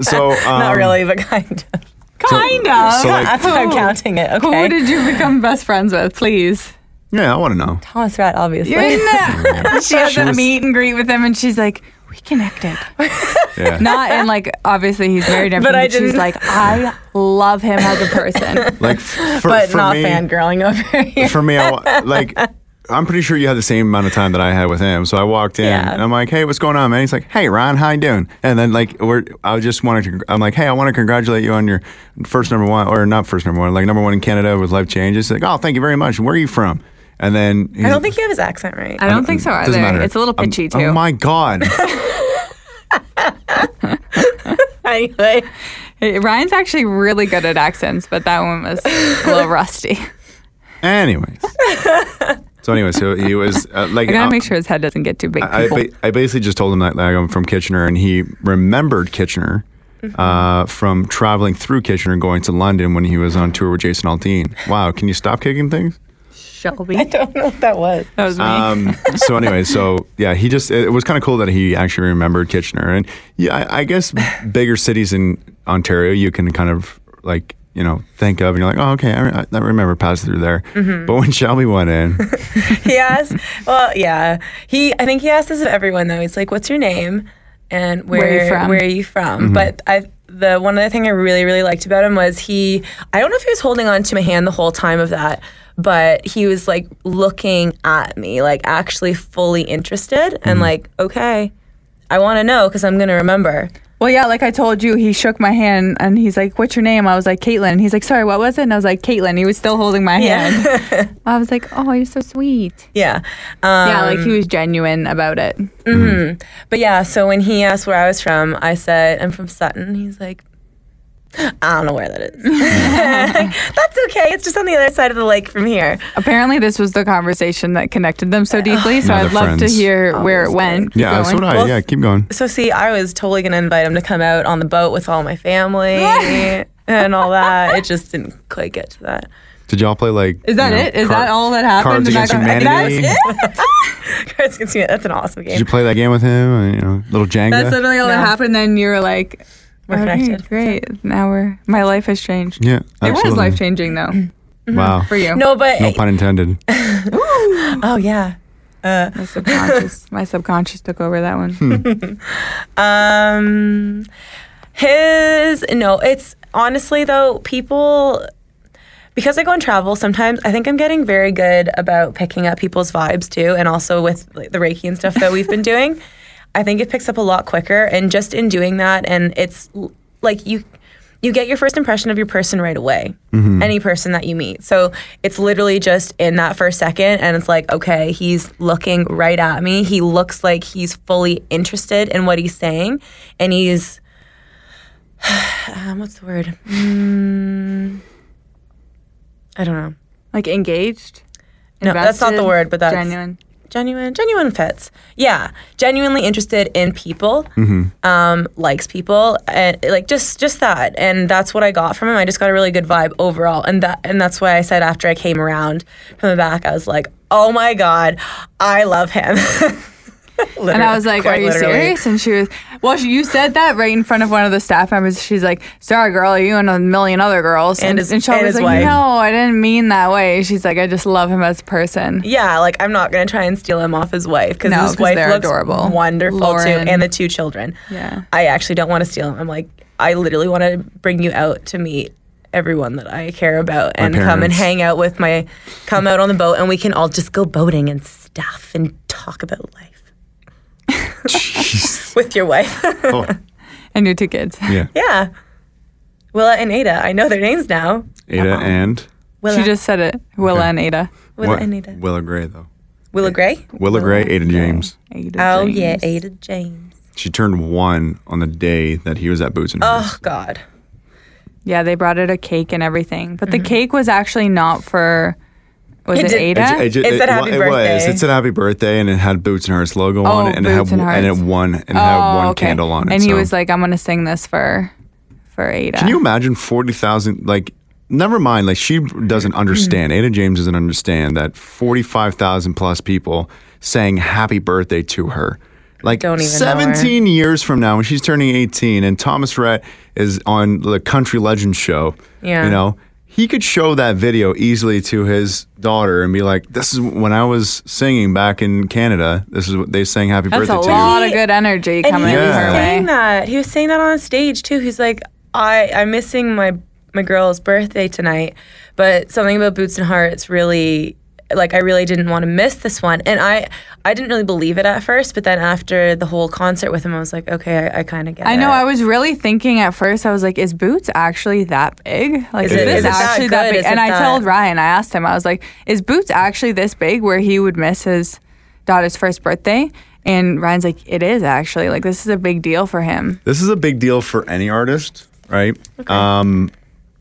Speaker 1: So um,
Speaker 3: Not really, but kind of.
Speaker 2: Kind of.
Speaker 1: so, like-
Speaker 3: That's how I'm counting it.
Speaker 2: Who
Speaker 3: Okay.
Speaker 2: did you become best friends with? Please.
Speaker 1: Yeah, I want to know.
Speaker 3: Thomas Rat, obviously.
Speaker 2: You're in the- she has
Speaker 1: She
Speaker 2: a
Speaker 1: was-
Speaker 2: meet and greet with him, and she's like, "We connected."
Speaker 1: Yeah.
Speaker 2: Not in like obviously he's married, and
Speaker 3: But
Speaker 2: everything,
Speaker 3: I
Speaker 2: but she's
Speaker 3: didn't-
Speaker 2: like, "I love him as a person."
Speaker 1: like, f- for,
Speaker 3: but
Speaker 1: for
Speaker 3: not
Speaker 1: me,
Speaker 3: fangirling over here.
Speaker 1: for me, I wa- like I'm pretty sure you had the same amount of time that I had with him. So I walked in
Speaker 3: Yeah.
Speaker 1: and I'm like, "Hey, what's going on, man?" He's like, "Hey, Ron, how you doing?" And then like we're I just wanted to I'm like, "Hey, I want to congratulate you on your first number one or not first number one, like number one in Canada with Life Changes." He's like, "Oh, thank you very much. Where are you from?" And then he's,
Speaker 3: I don't think you have his accent right.
Speaker 2: I don't think so either.
Speaker 1: doesn't matter.
Speaker 2: It's a little
Speaker 1: I'm-
Speaker 2: pitchy too.
Speaker 1: Oh my god.
Speaker 3: Anyway,
Speaker 2: Hey, Ryan's actually really good at accents, but that one was a little rusty.
Speaker 1: Anyways. So anyway, so he was uh, like
Speaker 2: I gotta
Speaker 1: uh,
Speaker 2: make sure his head doesn't get too big.
Speaker 1: I,
Speaker 2: people.
Speaker 1: ba- I basically just told him that like, I'm from Kitchener, and he remembered Kitchener
Speaker 2: Mm-hmm.
Speaker 1: uh, from traveling through Kitchener and going to London when he was on tour with Jason Aldean. Wow, can you stop kicking things?
Speaker 2: Shelby.
Speaker 3: I don't know what that was.
Speaker 2: That was me.
Speaker 1: Um, so anyway, so yeah, he just it was kind of cool that he actually remembered Kitchener, and yeah, I, I guess bigger cities in Ontario you can kind of like you know think of, and you're like, oh, okay, I, re- I remember passing through there.
Speaker 2: Mm-hmm.
Speaker 1: But when Shelby went in,
Speaker 3: he asked, well, yeah. He, I think he asked this of everyone though. He's like, "What's your name?" and where
Speaker 2: Where are you from?"
Speaker 3: Where are you from? But I, the one other thing I really really liked about him was he. I don't know if he was holding on to my hand the whole time of that, but he was like looking at me, like actually fully interested and like, okay, I want to know because I'm gonna remember.
Speaker 2: well, yeah, like I told you, he shook my hand and he's like, "What's your name?" I was like, "Caitlin." And he's like, "Sorry, what was it?" And I was like, "Caitlin." He was still holding my hand. I was like, "Oh, you're so sweet."
Speaker 3: Yeah. Um,
Speaker 2: yeah, like he was genuine about it.
Speaker 3: But yeah, so when he asked where I was from, I said, I'm from Sutton. He's like, I don't know where that is. That's okay. It's just on the other side of the lake from here.
Speaker 2: Apparently, this was the conversation that connected them so deeply. So
Speaker 1: Now
Speaker 2: I'd
Speaker 1: they're
Speaker 2: love to
Speaker 1: friends.
Speaker 2: hear where it went. Keep
Speaker 1: yeah, so
Speaker 2: going.
Speaker 1: did I.
Speaker 3: Well,
Speaker 1: yeah, keep going.
Speaker 3: So see, I was totally going to invite him to come out on the boat with all my family and all that. It just didn't quite get to that.
Speaker 1: Did y'all play like?
Speaker 2: Is that
Speaker 1: you know,
Speaker 2: it? Is
Speaker 1: car-
Speaker 2: that all that happened?
Speaker 1: Cards
Speaker 2: in that
Speaker 1: Against
Speaker 2: conversation?
Speaker 1: Humanity.
Speaker 2: That's,
Speaker 3: Cards Against Humanity, That's an awesome
Speaker 1: Did you
Speaker 3: game.
Speaker 1: play that game with him? And, you know, little Jenga.
Speaker 2: that's literally all
Speaker 3: Yeah.
Speaker 2: that happened. Then you were like,
Speaker 3: We're
Speaker 2: "Okay,
Speaker 3: connected."
Speaker 2: great. Now we're my life has changed.
Speaker 1: yeah,
Speaker 2: It was
Speaker 1: absolutely.
Speaker 2: life changing though
Speaker 1: Wow.
Speaker 2: for you.
Speaker 3: No, but
Speaker 1: No pun intended.
Speaker 3: oh yeah.
Speaker 2: My subconscious, my subconscious took over that one.
Speaker 3: Um, his no, it's honestly though people because I go and travel sometimes. I think I'm getting very good about picking up people's vibes too, and also with like, the Reiki and stuff that we've been doing. I think it picks up a lot quicker, and just in doing that, and it's l- like you. You get your first impression of your person right away, any person that you meet. So it's literally just in that first second, and it's like, okay, he's looking right at me. He looks like he's fully interested in what he's saying, and he's, um, what's the word? Mm, I don't know.
Speaker 2: like engaged.
Speaker 3: No, that's not the
Speaker 2: invested,
Speaker 3: word, but that's
Speaker 2: genuine.
Speaker 3: genuine, genuine fits. Yeah, genuinely interested in people, um, likes people, and like just just that. And that's what I got from him. I just got a really good vibe overall, and that and that's why I said after I came around from the back, I was like, oh my god, I love him.
Speaker 2: And I was like, "Are you serious?" And she was, "Well, she, you said that right in front of one of the staff members." She's like, "Sorry, girl, you and a million other girls."
Speaker 3: And his-
Speaker 2: she
Speaker 3: and
Speaker 2: was
Speaker 3: his
Speaker 2: like,
Speaker 3: wife.
Speaker 2: "No, I didn't mean that way." She's like, "I just love him as a person."
Speaker 3: Yeah, like I'm not gonna try and steal him off his wife because
Speaker 2: No,
Speaker 3: his
Speaker 2: 'cause
Speaker 3: wife
Speaker 2: they're
Speaker 3: looks
Speaker 2: adorable.
Speaker 3: wonderful
Speaker 2: Lauren.
Speaker 3: too, and the two children.
Speaker 2: Yeah.
Speaker 3: I actually don't want to steal him. I'm like, I literally want to bring you out to meet everyone that I care about and come and
Speaker 1: parents.
Speaker 3: hang out with my, come out on the boat and we can all just go boating and stuff and talk about life with your wife.
Speaker 1: Oh,
Speaker 2: And your two kids.
Speaker 1: yeah.
Speaker 3: yeah, Willa and Ada. I know their names now.
Speaker 1: Ada and
Speaker 3: Willa,
Speaker 2: She just said it. Willa
Speaker 1: Okay.
Speaker 2: and Ada.
Speaker 3: Willa
Speaker 1: what-
Speaker 3: and Ada.
Speaker 1: Willa Gray though.
Speaker 3: Willa Gray.
Speaker 1: Willa Gray, Ada James.
Speaker 2: Ada
Speaker 3: Oh yeah,
Speaker 2: James.
Speaker 3: Ada James.
Speaker 1: She turned one on the day that he was at Boots and Hers.
Speaker 3: Oh God.
Speaker 2: Yeah, they brought out a cake and everything, but the cake was actually not for. Was
Speaker 3: Mm-hmm. It
Speaker 2: it,
Speaker 3: did-
Speaker 2: Ada?
Speaker 1: ju-
Speaker 3: It said
Speaker 1: wa-
Speaker 3: happy
Speaker 1: it
Speaker 3: birthday.
Speaker 1: was. It said happy birthday, and it had Boots and Hearts logo on
Speaker 2: Oh,
Speaker 1: it, and
Speaker 2: Boots
Speaker 1: it had
Speaker 2: and
Speaker 1: and it
Speaker 2: Hearts.
Speaker 1: one and it had
Speaker 2: Oh,
Speaker 1: one
Speaker 2: okay.
Speaker 1: candle on it.
Speaker 2: And he
Speaker 1: so.
Speaker 2: was like, "I'm gonna sing this for, for Ada."
Speaker 1: "Can you imagine forty thousand? Like, never mind. Like, she doesn't understand.
Speaker 3: Mm-hmm.
Speaker 1: Ada James doesn't understand that forty-five thousand plus people saying happy birthday to her." Like
Speaker 3: Don't even know her.
Speaker 1: seventeen years from now, when she's turning eighteen, and Thomas Rhett is on the Country Legends show,
Speaker 3: Yeah.
Speaker 1: you know, he could show that video easily to his daughter and be like, "This is when I was singing back in Canada. This is what they sang Happy
Speaker 2: That's a
Speaker 1: Birthday to." you."
Speaker 2: lot
Speaker 3: He-
Speaker 2: of good energy
Speaker 3: And
Speaker 2: coming
Speaker 3: he was
Speaker 1: Yeah.
Speaker 2: her
Speaker 3: saying
Speaker 2: way.
Speaker 3: that. He was saying that on stage too. He's like, I I'm missing my my girl's birthday tonight, but something about Boots and Hearts really like I really didn't want to miss this one. And I I didn't really believe it at first, but then after the whole concert with him, I was like, okay, I, I kind of get
Speaker 2: I
Speaker 3: it.
Speaker 2: know. I was really thinking at first. I was like, "Is Boots actually that big? Like, is,
Speaker 3: it-
Speaker 1: is
Speaker 2: this
Speaker 1: it that
Speaker 2: actually
Speaker 3: good?
Speaker 2: that big?"
Speaker 3: Is
Speaker 2: and
Speaker 3: it
Speaker 2: I
Speaker 3: that-
Speaker 2: told Ryan. I asked him. I was like, "Is Boots actually this big where he would miss his daughter's first birthday?" And Ryan's like, "It is actually. Like, this is a big deal for him."
Speaker 1: This is a big deal for any artist, right? Um,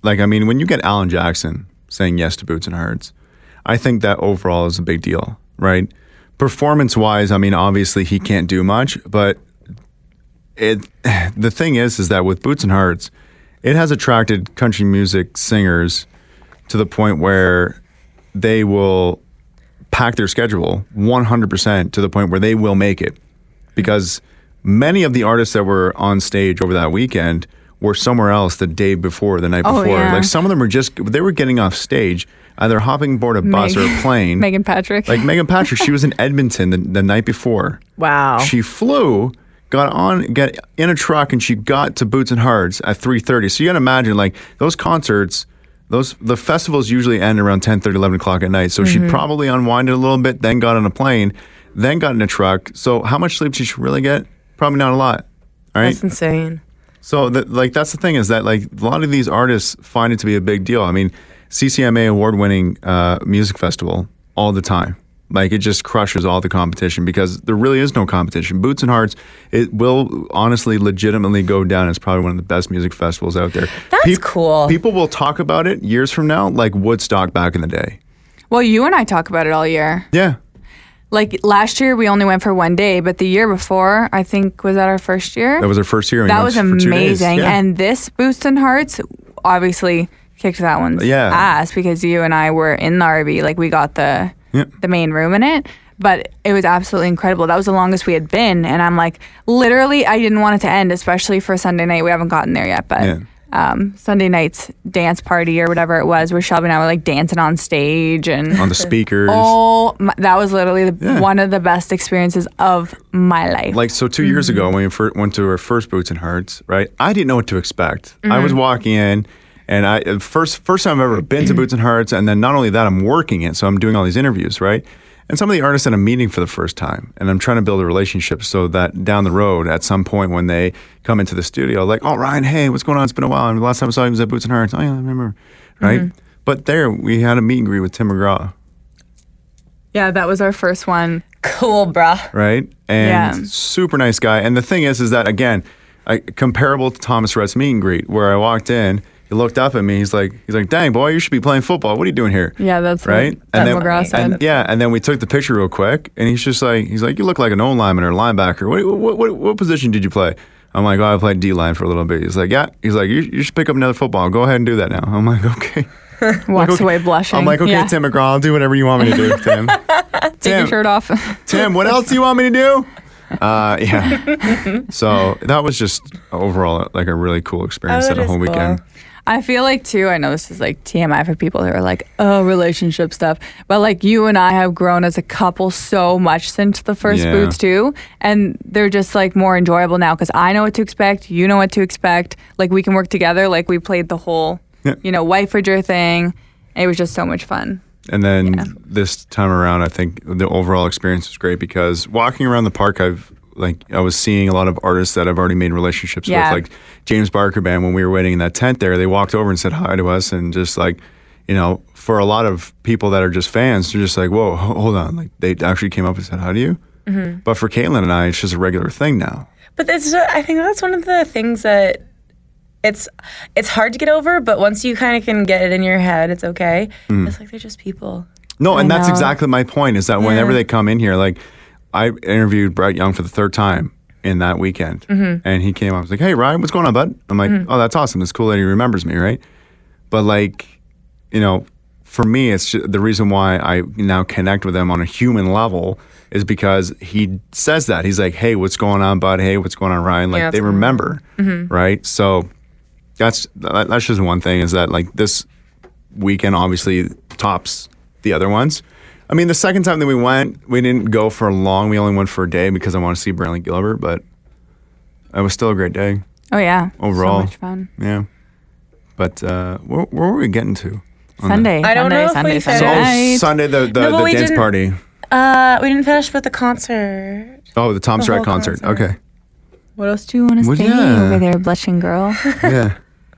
Speaker 1: like, I mean, when you get Alan Jackson saying yes to Boots and Herds, I think that overall is a big deal, right? Performance wise, I mean, obviously he can't do much, but it the thing is, is that with Boots and Herds, it has attracted country music singers to the point where they will pack their schedule 100% to the point where they will make it. Because many of the artists that were on stage over that weekend were somewhere else the day before, the night
Speaker 2: Oh,
Speaker 1: before.
Speaker 2: yeah.
Speaker 1: Like some of them were just, they were getting off stage, either hopping aboard a bus or a plane.
Speaker 2: Megan Patrick.
Speaker 1: Like Megan Patrick, she was in Edmonton the, the night before.
Speaker 3: Wow.
Speaker 1: She flew, got on, got in a truck, and she got to Boots and Hearts at three thirty. So you got to imagine, like those concerts, those the festivals usually end around 10, 11 o'clock at night. So she probably unwinded a little bit, then got on a plane, then got in a truck. So how much sleep did she really get? Probably not a lot. All right.
Speaker 3: That's insane.
Speaker 1: So, th like, that's the thing is that like a lot of these artists find it to be a big deal. I mean, CCMA award-winning uh, music festival all the time. Like, it just crushes all the competition because there really is no competition. Boots and Hearts, it will honestly, legitimately go down as probably one of the best music festivals out there.
Speaker 3: That's cool.
Speaker 1: People will talk about it years from now, like Woodstock back in the day.
Speaker 2: well, you and I talk about it all year.
Speaker 1: Yeah,
Speaker 2: Like last year, we only went for one day, but the year before, I think, was that our first year?
Speaker 1: that was our first year. and we
Speaker 2: That
Speaker 1: went
Speaker 2: was
Speaker 1: for two days.
Speaker 2: amazing.
Speaker 1: Yeah.
Speaker 2: And this Boost and Hearts obviously kicked that one's
Speaker 1: Yeah.
Speaker 2: ass because you and I were in the RV. Like we got the
Speaker 1: Yeah.
Speaker 2: the main room in it. But it was absolutely incredible. That was the longest we had been. And I'm like, literally, I didn't want it to end, especially for Sunday night. We haven't gotten there yet, but
Speaker 1: Yeah.
Speaker 2: um, Sunday night's dance party or whatever it was, where Shelby and I were like dancing on stage. And
Speaker 1: on the speakers.
Speaker 2: oh, my, that was literally the,
Speaker 1: Yeah.
Speaker 2: one of the best experiences of my life.
Speaker 1: Like so, 2 years ago when we fir- went to our first Boots and Hearts, right? I didn't know what to expect. I was walking in, and I uh, first first time I've ever been to Boots and Hearts, and then not only that, I'm working it, so I'm doing all these interviews, right? And some of the artists that I'm meeting for the first time, and I'm trying to build a relationship so that down the road, at some point when they come into the studio, like, oh Ryan, hey, what's going on? It's been a while. And the last time I saw you was at Boots and Hearts. Oh yeah, I remember, right? But there we had a meet and greet with Tim McGraw.
Speaker 2: yeah, that was our first one.
Speaker 3: Cool, bruh.
Speaker 1: right? And
Speaker 2: Yeah.
Speaker 1: super nice guy. And the thing is, is that again, I, comparable to Thomas Rhett's meet and greet, where I walked in, he looked up at me, he's like, he's like, dang boy, you should be playing football. What are you doing here?
Speaker 2: Yeah, that's what
Speaker 1: right.
Speaker 2: Doug
Speaker 1: then,
Speaker 2: McGraw said.
Speaker 1: and- yeah, and then we took the picture real quick, and he's just like, he's like, you look like an old lineman or a linebacker. What what what, what position did you play? I'm like, oh, I played D line for a little bit. He's like, yeah. He's like, you, you should pick up another football. Go ahead and do that now. I'm like, okay.
Speaker 2: Walks
Speaker 1: okay.
Speaker 2: away blushing.
Speaker 1: I'm like, okay,
Speaker 2: Yeah.
Speaker 1: Tim McGraw, I'll do whatever you want me to do, Tim.
Speaker 2: Take your
Speaker 1: Tim.
Speaker 2: shirt off.
Speaker 1: Tim, what else do you want me to do? Uh, yeah. So that was just overall like a really cool experience
Speaker 3: Oh,
Speaker 1: that
Speaker 3: that
Speaker 1: a whole
Speaker 3: is cool.
Speaker 1: weekend.
Speaker 2: I feel like too. I know this is like TMI for people who are like, oh, relationship stuff. But like you and I have grown as a couple so much since the first
Speaker 1: Yeah.
Speaker 2: boots too, and they're just like more enjoyable now because I know what to expect. You know what to expect. Like we can work together. Like we played the whole,
Speaker 1: Yeah.
Speaker 2: you know, Whitefridger thing. It was just so much fun.
Speaker 1: And then this time around, I think the overall experience was great because walking around the park, I've like I was seeing a lot of artists that I've already made relationships
Speaker 2: Yeah.
Speaker 1: with, like James Barker band. When we were waiting in that tent there, they walked over and said hi to us, and just like you know, for a lot of people that are just fans, they're just like, "Whoa, ho- hold on!" Like they actually came up and said hi to you.
Speaker 3: Mm-hmm.
Speaker 1: But for Caitlin and I, it's just a regular thing now.
Speaker 3: But it's, I think that's one of the things that it's it's hard to get over, but once you kind of can get it in your head, it's okay. It's like they're just people.
Speaker 1: No, and
Speaker 2: I
Speaker 1: that's
Speaker 2: know.
Speaker 1: exactly my point is that whenever
Speaker 3: Yeah.
Speaker 1: they come in here, like I interviewed Brett Young for the third time in that weekend.
Speaker 2: Mm-hmm.
Speaker 1: And he came up and was like, Hey Ryan, what's going on, bud? I'm like,
Speaker 2: Mm.
Speaker 1: Oh, that's awesome. This cool lady remembers me, right? But like, you know, for me, it's ju- the reason why I now connect with him on a human level is because he says that. He's like, Hey, what's going on, bud? Hey, what's going on, Ryan? Like
Speaker 3: Yeah,
Speaker 1: they
Speaker 3: it's-
Speaker 1: remember. Right. So that's that, that's just one thing is that like this weekend obviously tops the other ones. I mean, the second time that we went, we didn't go for long. We only went for a day because I want to see Bradley Gilbert, but it was still a great day
Speaker 2: Oh yeah,
Speaker 1: overall.
Speaker 2: so much fun.
Speaker 1: Yeah. But uh, where, where were we getting to? on the-
Speaker 2: Sunday.
Speaker 3: I don't
Speaker 2: Sunday,
Speaker 3: know if
Speaker 2: Sunday,
Speaker 3: we
Speaker 2: Sunday
Speaker 3: said-
Speaker 1: Oh,
Speaker 2: night.
Speaker 1: Sunday, the, the,
Speaker 3: No, but
Speaker 1: the
Speaker 3: we
Speaker 1: dance
Speaker 3: didn't-
Speaker 1: party.
Speaker 3: Uh, we didn't finish with the concert.
Speaker 1: Oh, the Tom
Speaker 3: The
Speaker 1: Shrek
Speaker 3: whole
Speaker 1: concert.
Speaker 3: concert.
Speaker 1: Okay.
Speaker 2: What else do you want to
Speaker 1: Well,
Speaker 2: say
Speaker 1: yeah.
Speaker 2: over there, blushing girl?
Speaker 1: Yeah.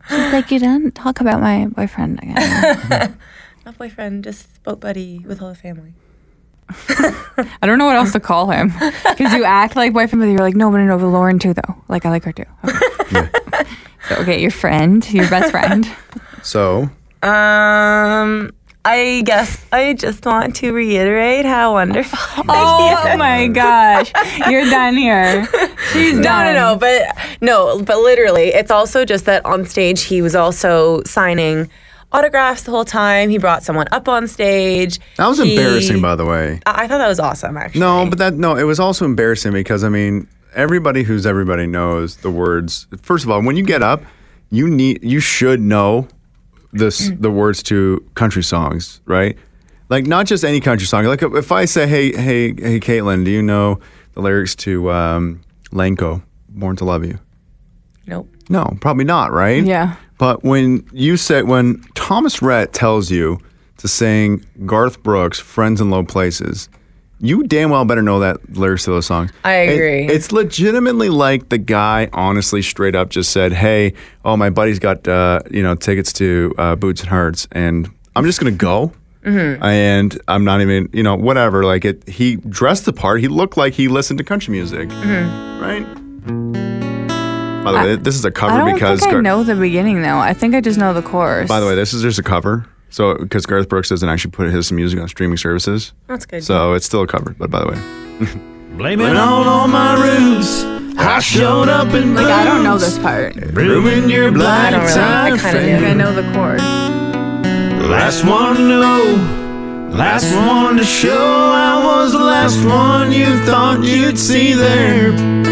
Speaker 2: She's like, you don't talk about my boyfriend again.
Speaker 3: My boyfriend, just boat buddy with whole family.
Speaker 2: I don't know what else to call him because you act like boyfriend, but you're like, no, but no, but Lauren too, though. Like I like her too. Okay. so okay, your friend, your best friend.
Speaker 1: So,
Speaker 3: Um, I guess I just want to reiterate how wonderful.
Speaker 2: oh my gosh, you're done here. Um, She's
Speaker 3: No, no,
Speaker 2: done.
Speaker 3: no, but no, but literally, it's also just that on stage he was also signing autographs the whole time. He brought someone up on stage.
Speaker 1: That was
Speaker 3: He-
Speaker 1: embarrassing, by the way.
Speaker 3: I I thought that was awesome, actually.
Speaker 1: No, but that no, it was also embarrassing because I mean, everybody who's everybody knows the words. First of all, when you get up, you need you should know this
Speaker 3: Mm.
Speaker 1: the words to country songs, right? Like not just any country song. Like if I say, "Hey, hey, hey, Caitlin, do you know the lyrics to um, Lanco, Born to Love You?"
Speaker 3: nope.
Speaker 1: No, probably not, right?
Speaker 2: Yeah.
Speaker 1: But when you say when Thomas Rhett tells you to sing Garth Brooks' "Friends in Low Places," you damn well better know that lyrics to those songs.
Speaker 3: I
Speaker 1: It-
Speaker 3: agree.
Speaker 1: it's legitimately like the guy honestly straight up just said, "Hey, oh my buddy's got uh, you know tickets to uh, Boots and Hearts, and I'm just gonna go."
Speaker 3: Mm-hmm.
Speaker 1: And I'm not even, you know, whatever. Like it, he dressed the part. He looked like he listened to country music, right? By the way, this is a cover
Speaker 2: I don't
Speaker 1: because
Speaker 2: think I
Speaker 1: Gar-
Speaker 2: know the beginning though. I think I just know the chorus.
Speaker 1: by the way, this is just a cover. So, because Garth Brooks doesn't actually put his music on streaming services.
Speaker 3: That's good.
Speaker 1: So it's still a cover. But by the way,
Speaker 4: Blame it all on my roots. I showed up in
Speaker 2: like I don't know this part. I
Speaker 4: Ruined your
Speaker 3: I
Speaker 4: blind
Speaker 3: don't really. I kind of
Speaker 2: think I
Speaker 3: do.
Speaker 2: know the chorus.
Speaker 4: Last one to know, last one to show. I was the last one you thought you'd see there.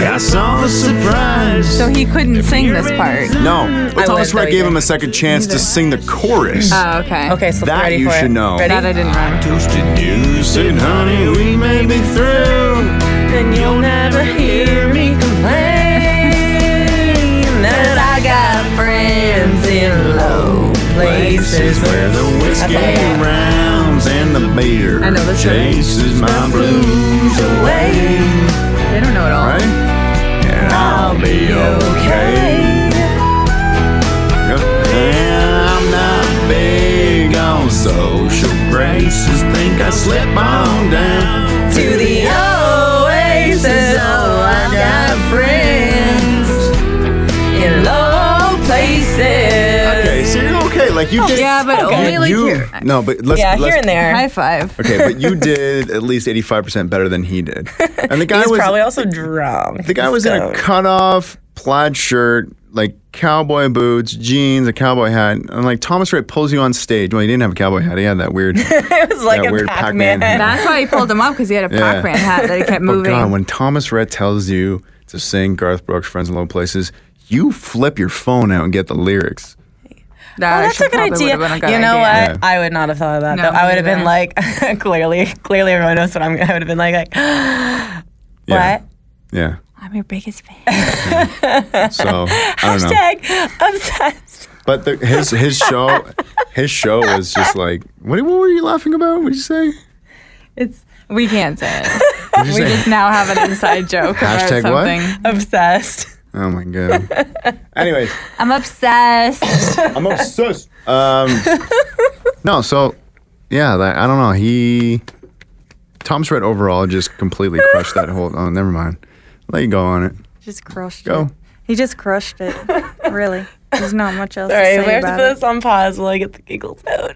Speaker 4: I saw the surprise.
Speaker 2: So he couldn't sing this part.
Speaker 1: no, but
Speaker 3: I
Speaker 1: Thomas
Speaker 3: would,
Speaker 1: Rhett
Speaker 3: though,
Speaker 1: gave
Speaker 3: yeah.
Speaker 1: him a second chance to sing the chorus.
Speaker 2: Oh, okay.
Speaker 3: Okay, so
Speaker 1: That
Speaker 3: ready
Speaker 1: you
Speaker 3: for
Speaker 1: should
Speaker 3: it.
Speaker 1: know.
Speaker 3: Ready?
Speaker 2: That I didn't run.
Speaker 4: Toasted you said, honey, we may be through.
Speaker 3: and you'll never hear me complain that I got friends in low places.
Speaker 4: Places where the whiskey
Speaker 3: That's all.
Speaker 4: rounds and the beer
Speaker 2: I know this song.
Speaker 4: chases my blues away.
Speaker 2: They don't know it all.
Speaker 1: Right?
Speaker 4: And I'll be okay. And I'm not big on social graces. Think I slip on down
Speaker 3: To the oasis, oh, I got friends in low places.
Speaker 1: Okay, so you're okay. Like
Speaker 3: Oh,
Speaker 1: you just
Speaker 2: yeah, but only, like, here.
Speaker 1: No, but let's
Speaker 3: Yeah,
Speaker 1: let's-
Speaker 3: here and there.
Speaker 2: High five.
Speaker 1: Okay, but you did at least 85% better than he did. And the guy
Speaker 3: He's
Speaker 1: was
Speaker 3: probably also drunk.
Speaker 1: The guy was in a
Speaker 3: So-
Speaker 1: cutoff plaid shirt, like cowboy boots, jeans, a cowboy hat. And like Thomas Rhett pulls you on stage. Well, he didn't have a cowboy hat. He had that weird.
Speaker 3: It was like
Speaker 1: Yeah,
Speaker 3: a
Speaker 1: weird
Speaker 3: Pac-Man.
Speaker 1: Pac-Man.
Speaker 2: That's why he pulled him up because he had a
Speaker 1: Yeah.
Speaker 2: Pac-Man hat that he kept
Speaker 1: but
Speaker 2: moving.
Speaker 1: God, when Thomas Rhett tells you to sing Garth Brooks' Friends in Low Places, you flip your phone out and get the lyrics.
Speaker 2: that
Speaker 3: Oh, that's
Speaker 2: actually
Speaker 3: a good
Speaker 2: probably
Speaker 3: idea.
Speaker 2: would've been a good
Speaker 3: you know
Speaker 2: idea.
Speaker 1: Yeah.
Speaker 3: what? I would not have thought of that
Speaker 2: No,
Speaker 3: though. I would have
Speaker 2: me
Speaker 3: been like, clearly, clearly everyone knows what I'm. I would have been like, like what?
Speaker 1: Yeah. Yeah.
Speaker 2: I'm your biggest fan.
Speaker 1: So I don't know.
Speaker 3: Hashtag obsessed.
Speaker 1: But the, his his show his show was just like what what were you laughing about? What'd you say?
Speaker 2: It's we can't say it.
Speaker 1: What'd
Speaker 2: We
Speaker 1: you
Speaker 2: just
Speaker 1: say?
Speaker 2: now have an inside joke about
Speaker 1: Hashtag what?
Speaker 2: something.
Speaker 3: Obsessed.
Speaker 1: Oh my god. Anyways.
Speaker 2: I'm obsessed.
Speaker 1: I'm obsessed. um, no, so yeah, that, I don't know. He Tom Shred overall just completely crushed that whole. Oh, never mind. Let you go on it.
Speaker 5: Just crushed
Speaker 1: Go.
Speaker 5: it. He just crushed it. really. There's not much else
Speaker 3: All right,
Speaker 5: to
Speaker 3: we
Speaker 5: say
Speaker 3: have to
Speaker 5: about
Speaker 3: put
Speaker 5: it.
Speaker 3: this on pause while I get the giggles out.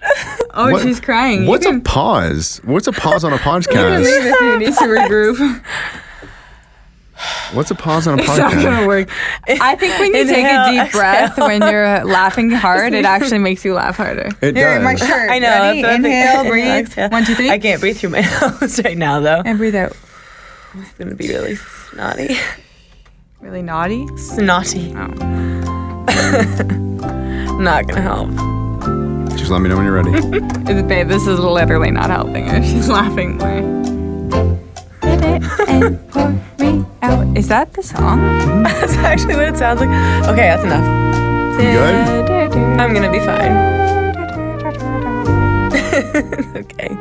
Speaker 2: Oh,
Speaker 1: What-
Speaker 2: she's crying. You
Speaker 1: What's
Speaker 2: can-
Speaker 1: a pause? What's a pause on a
Speaker 2: Leave
Speaker 1: podcast?
Speaker 2: if you need to regroup.
Speaker 1: What's a pause on a
Speaker 2: It's not gonna
Speaker 1: podcast?
Speaker 2: work. I think when you take a
Speaker 3: Inhale,
Speaker 2: deep breath when you're laughing hard, it actually makes you laugh harder.
Speaker 1: It
Speaker 5: Here, my
Speaker 1: does.
Speaker 5: shirt.
Speaker 3: I know.
Speaker 5: Ready?
Speaker 3: that's what I think.
Speaker 5: Inhale, breathe.
Speaker 3: Exhale.
Speaker 2: One, two, three.
Speaker 3: I can't breathe through my nose right now though.
Speaker 2: And breathe out.
Speaker 3: It's gonna be really snotty.
Speaker 2: Really naughty.
Speaker 3: Snotty. Not gonna help.
Speaker 1: Just let me know when you're ready.
Speaker 2: Babe, this is literally not helping her. She's laughing more.
Speaker 5: and pour me out.
Speaker 2: Is that the song?
Speaker 3: That's actually what it sounds like. Okay, that's enough.
Speaker 1: You good?
Speaker 3: I'm gonna be fine. okay.